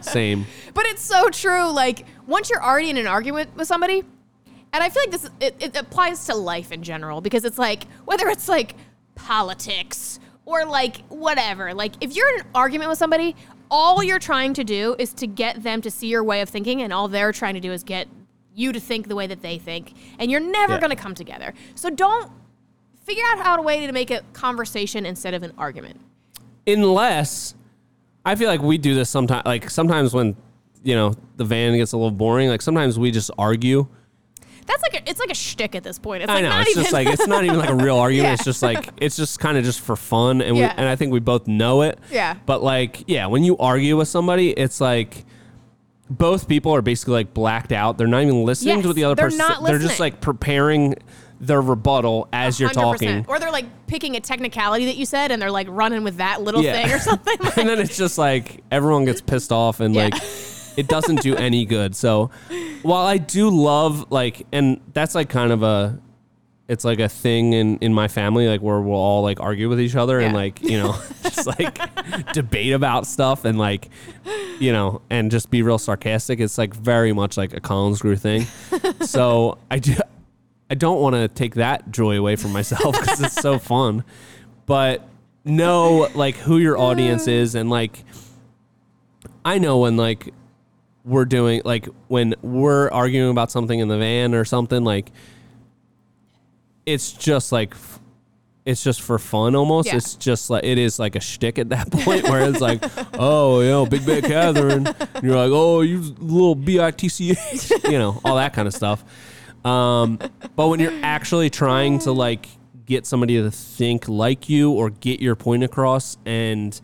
Speaker 1: same.
Speaker 2: but it's so true. Like once you're already in an argument with somebody, and I feel like this it, it applies to life in general because it's like whether it's like politics or like whatever. Like if you're in an argument with somebody, all you're trying to do is to get them to see your way of thinking, and all they're trying to do is get you to think the way that they think, and you're never
Speaker 1: Yeah.
Speaker 2: going to come together. So don't figure out how to way to make a conversation instead of an argument.
Speaker 1: unless I feel like we do this sometimes. Like sometimes when you know the van gets a little boring. Like sometimes we just argue.
Speaker 2: That's like a, it's like a shtick at this point. It's
Speaker 1: I
Speaker 2: like
Speaker 1: know.
Speaker 2: not
Speaker 1: It's
Speaker 2: even
Speaker 1: just like it's not even like a real argument.
Speaker 2: Yeah.
Speaker 1: It's just like it's just kind of just for fun, and
Speaker 2: Yeah.
Speaker 1: we, and I think we both know it.
Speaker 2: Yeah.
Speaker 1: But like, yeah, when you argue with somebody, it's like both people are basically like blacked out. They're not even listening
Speaker 2: Yes,
Speaker 1: to what the other
Speaker 2: they're
Speaker 1: person.
Speaker 2: not
Speaker 1: they're just
Speaker 2: listening.
Speaker 1: like preparing their rebuttal as you're
Speaker 2: 100%.
Speaker 1: talking,
Speaker 2: Or they're like picking a technicality that you said and they're like running with that little
Speaker 1: Yeah.
Speaker 2: thing or something.
Speaker 1: and then it's just like everyone gets pissed off, and
Speaker 2: Yeah.
Speaker 1: like it doesn't do any good. So while I do love like, and that's like kind of a it's like a thing in in my family like where we'll all like argue with each other and
Speaker 2: Yeah.
Speaker 1: like you know just like debate about stuff and like you know and just be real sarcastic it's like very much like a collins grew thing so i do i don't want to take that joy away from myself because it's so fun but know like who your audience is and like i know when like we're doing like when we're arguing about something in the van or something like it's just like f- it's just for fun almost.
Speaker 2: Yeah.
Speaker 1: It's just like it is like a shtick at that point where it's like, oh, you know, Big Bad Catherine, and you're like, oh, you little bitch, you know, all that kind of stuff. Um, but when you're actually trying to like get somebody to think like you or get your point across, and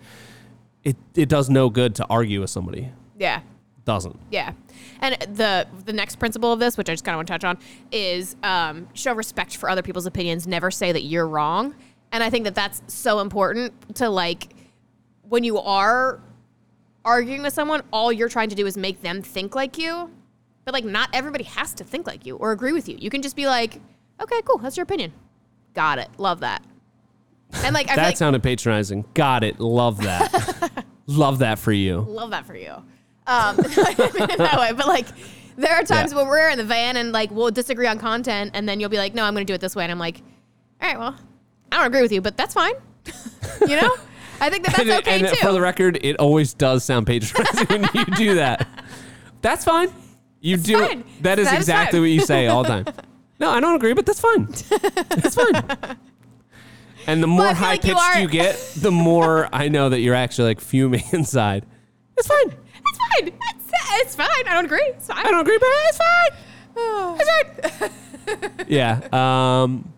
Speaker 1: it it does no good to argue with somebody.
Speaker 2: yeah.
Speaker 1: Doesn't.
Speaker 2: Yeah. And the the next principle of this, which I just kind of want to touch on, is um, show respect for other people's opinions. Never say that you're wrong. And I think that that's so important to like when you are arguing with someone, all you're trying to do is make them think like you. But like, not everybody has to think like you or agree with you. You can just be like, okay, cool, that's your opinion. Got it. Love that. And like, I feel
Speaker 1: that
Speaker 2: like,
Speaker 1: sounded patronizing. Got it. Love that. Love that for you.
Speaker 2: love that for you. Um, that way, but like, there are times
Speaker 1: Yeah.
Speaker 2: when we're in the van and like we'll disagree on content, and then you'll be like, "No, I'm going to do it this way," and I'm like, "All right, well, I don't agree with you, but that's fine." you know, I think that that's
Speaker 1: and, it-
Speaker 2: okay
Speaker 1: and it-
Speaker 2: too.
Speaker 1: for the record, it always does sound patronizing when you do that. That's fine. You do
Speaker 2: fine.
Speaker 1: that is
Speaker 2: That is
Speaker 1: exactly
Speaker 2: fine.
Speaker 1: what you say all the time. No, I don't agree, but that's fine. That's fine. And the more
Speaker 2: I feel
Speaker 1: high
Speaker 2: like you
Speaker 1: pitched
Speaker 2: are-
Speaker 1: you, get, the more I know that you're actually like fuming inside. It's fine.
Speaker 2: it's fine. It's, it's fine. I don't agree. It's fine.
Speaker 1: I don't agree, but it's fine. yeah. Um,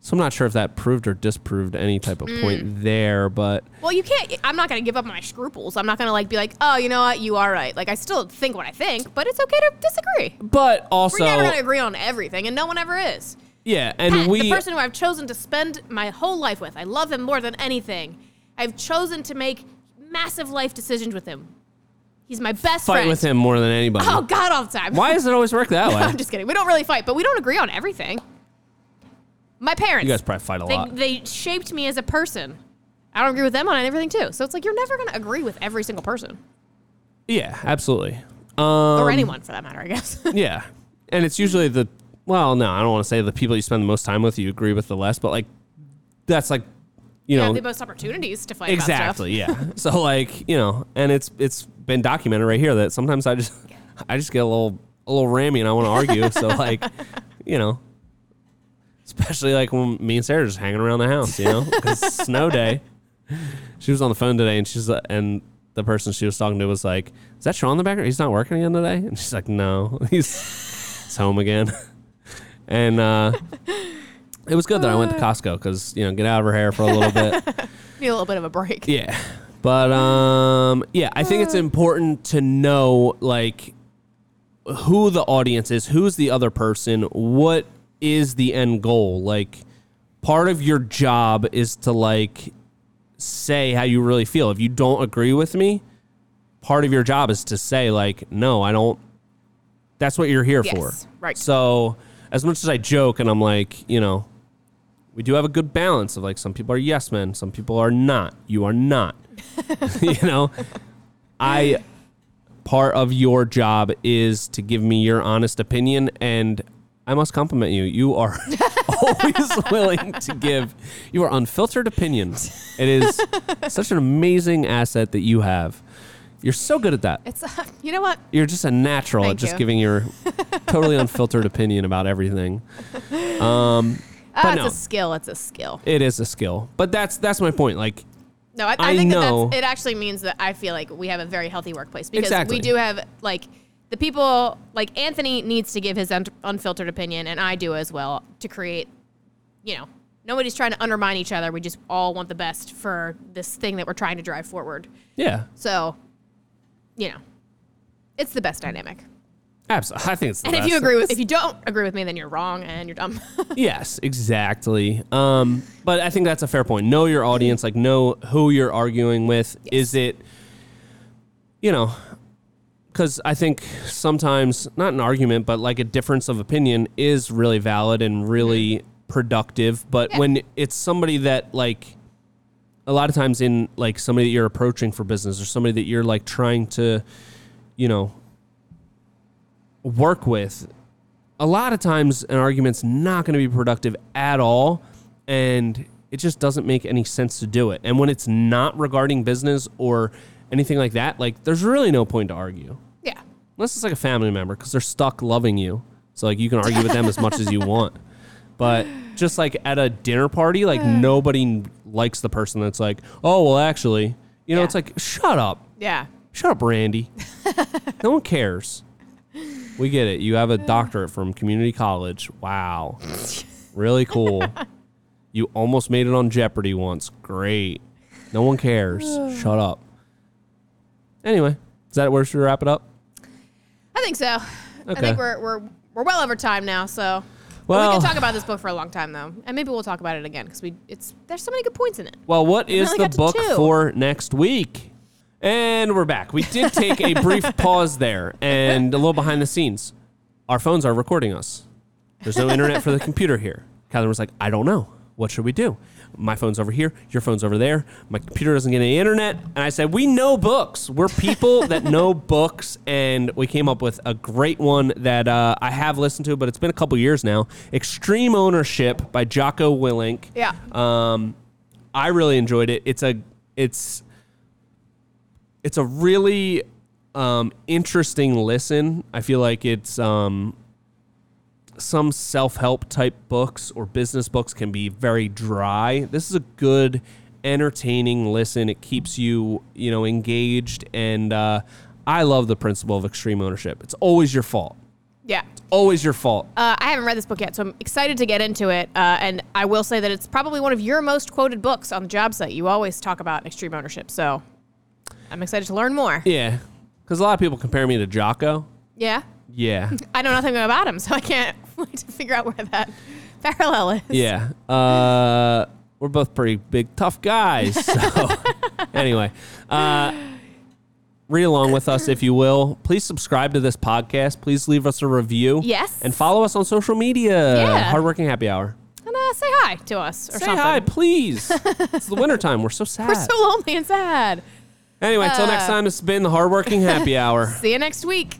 Speaker 1: so I'm not sure if that proved or disproved any type of
Speaker 2: Mm.
Speaker 1: point there, but
Speaker 2: Well, you can't. I'm not gonna give up my scruples. I'm not gonna like be like, oh, you know what, you are right. Like I still think what I think, but it's okay to disagree.
Speaker 1: but
Speaker 2: We're never gonna
Speaker 1: also
Speaker 2: agree on everything, and no one ever is.
Speaker 1: yeah, and
Speaker 2: Pat,
Speaker 1: we
Speaker 2: the person who I've chosen to spend my whole life with, I love him more than anything. I've chosen to make massive life decisions with him. He's my best
Speaker 1: fight
Speaker 2: friend.
Speaker 1: with him more than anybody.
Speaker 2: Oh God, all the time.
Speaker 1: Why does it always work that way?
Speaker 2: I'm just kidding. We don't really fight, but we don't agree on everything. My parents.
Speaker 1: You guys probably fight a
Speaker 2: they,
Speaker 1: lot.
Speaker 2: they shaped me as a person. I don't agree with them on everything too. So it's like you're never gonna agree with every single person
Speaker 1: yeah, absolutely. Um,
Speaker 2: or anyone for that matter. I guess.
Speaker 1: Yeah. And it's usually the well, no, I don't want to say the people you spend the most time with you agree with the less, but like that's like you
Speaker 2: you have
Speaker 1: know
Speaker 2: the most opportunities to fight
Speaker 1: exactly, yeah. so like, you know, and it's it's been documented right here that sometimes I just I just get a little a little rammy and I want to argue, so like, you know, especially like when me and Sarah are just hanging around the house, you know, 'cause it's snow day. She was on the phone today, and she's uh, and the person she was talking to was like, "Is that Sean in the background? He's not working again today." And she's like, "No, he's he's home again." and uh, it was good that I went to Costco because you know get out of her hair for a little bit.
Speaker 2: stuff. Need a little bit of a break.
Speaker 1: Yeah. But um yeah, I think it's important to know like who the audience is, who's the other person, what is the end goal? Like part of your job is to like say how you really feel. If you don't agree with me, part of your job is to say like no, I don't that's what you're here
Speaker 2: Yes,
Speaker 1: for.
Speaker 2: right.
Speaker 1: So as much as I joke and I'm like, you know, we do have a good balance of like some people are yes men, some people are not. You are not. you know, I part of your job is to give me your honest opinion and I must compliment you. You are always willing to give your unfiltered opinions. It is such an amazing asset that you have. You're so good at that
Speaker 2: It's uh, you know what?
Speaker 1: you're just a natural at
Speaker 2: Thank
Speaker 1: just
Speaker 2: you.
Speaker 1: giving your totally unfiltered opinion about everything.
Speaker 2: Ah,
Speaker 1: no.
Speaker 2: It's a skill. It's a skill.
Speaker 1: It is a skill, but that's that's my point. Like,
Speaker 2: No, I, I,
Speaker 1: I
Speaker 2: think
Speaker 1: know.
Speaker 2: That that's, it actually means that I feel like we have a very healthy workplace because
Speaker 1: Exactly.
Speaker 2: we do have like the people like Anthony needs to give his un- unfiltered opinion, and I do as well to create. You know, nobody's trying to undermine each other. We just all want the best for this thing that we're trying to drive forward.
Speaker 1: yeah,
Speaker 2: So, you know, it's the best dynamic.
Speaker 1: absolutely. I think it's. The
Speaker 2: And if
Speaker 1: best.
Speaker 2: you agree with, if you don't agree with me, then you're wrong and you're dumb.
Speaker 1: yes, exactly. Um, but I think that's a fair point. Know your audience. Like, know who you're arguing with. Is it, you know, because I think sometimes not an argument, but like a difference of opinion is really valid and really productive. But
Speaker 2: Yeah.
Speaker 1: when it's somebody that like a lot of times in like somebody that you're approaching for business or somebody that you're like trying to, you know, work with, a lot of times an argument's not going to be productive at all and it just doesn't make any sense to do it. And when it's not regarding business or anything like that, like there's really no point to argue
Speaker 2: yeah.
Speaker 1: unless it's like a family member because they're stuck loving you so like you can argue with them as much as you want but just like at a dinner party like nobody likes the person that's like oh well actually you know
Speaker 2: Yeah.
Speaker 1: it's like shut up
Speaker 2: Yeah.
Speaker 1: shut up randy no one cares we get it you have a doctorate from community college wow really cool you almost made it on jeopardy once great no one cares shut up anyway is that where should we wrap it up
Speaker 2: I think so. I
Speaker 1: Okay.
Speaker 2: think we're, we're we're well over time now, so But we
Speaker 1: Well-
Speaker 2: can talk about this book for a long time though, and maybe we'll talk about it again because we it's there's so many good points in it.
Speaker 1: Well, what is
Speaker 2: only
Speaker 1: the
Speaker 2: got to
Speaker 1: book
Speaker 2: two.
Speaker 1: for next week? And we're back. We did take a brief pause there and a little behind the scenes. Our phones are recording us. There's no internet for the computer here. Catherine was like, I don't know. What should we do? My phone's over here. Your phone's over there. My computer doesn't get any internet. And I said, We know books. We're people that know books. And we came up with a great one that uh, I have listened to, but it's been a couple years now Extreme Ownership by Jocko Willink.
Speaker 2: Yeah.
Speaker 1: Um, I really enjoyed it. It's a it's it's a really um, interesting listen. I feel like it's um, some self help type books or business books can be very dry. This is a good, entertaining listen. It keeps you you know engaged, and uh, I love the principle of extreme ownership. It's always your fault.
Speaker 2: Yeah.
Speaker 1: Always your fault.
Speaker 2: Uh, I haven't read this book yet, so I'm excited to get into it. Uh, and I will say that it's probably one of your most quoted books on the job site. You always talk about extreme ownership, so I'm excited to learn more.
Speaker 1: Yeah. Because a lot of people compare me to Jocko.
Speaker 2: Yeah.
Speaker 1: Yeah.
Speaker 2: I know nothing about him, so I can't wait to figure out where that parallel is.
Speaker 1: Yeah. Uh, we're both pretty big, tough guys. So, anyway, uh, read along with us if you will. Please subscribe to this podcast. Please leave us a review.
Speaker 2: Yes.
Speaker 1: And follow us on social media.
Speaker 2: Yeah.
Speaker 1: Hardworking Happy Hour.
Speaker 2: And uh, say hi to us or
Speaker 1: Say
Speaker 2: something.
Speaker 1: hi, please. it's the wintertime. We're so sad.
Speaker 2: We're so lonely and sad.
Speaker 1: anyway, until next
Speaker 2: Uh,
Speaker 1: time, this has been the Hardworking Happy Hour.
Speaker 2: See you next week.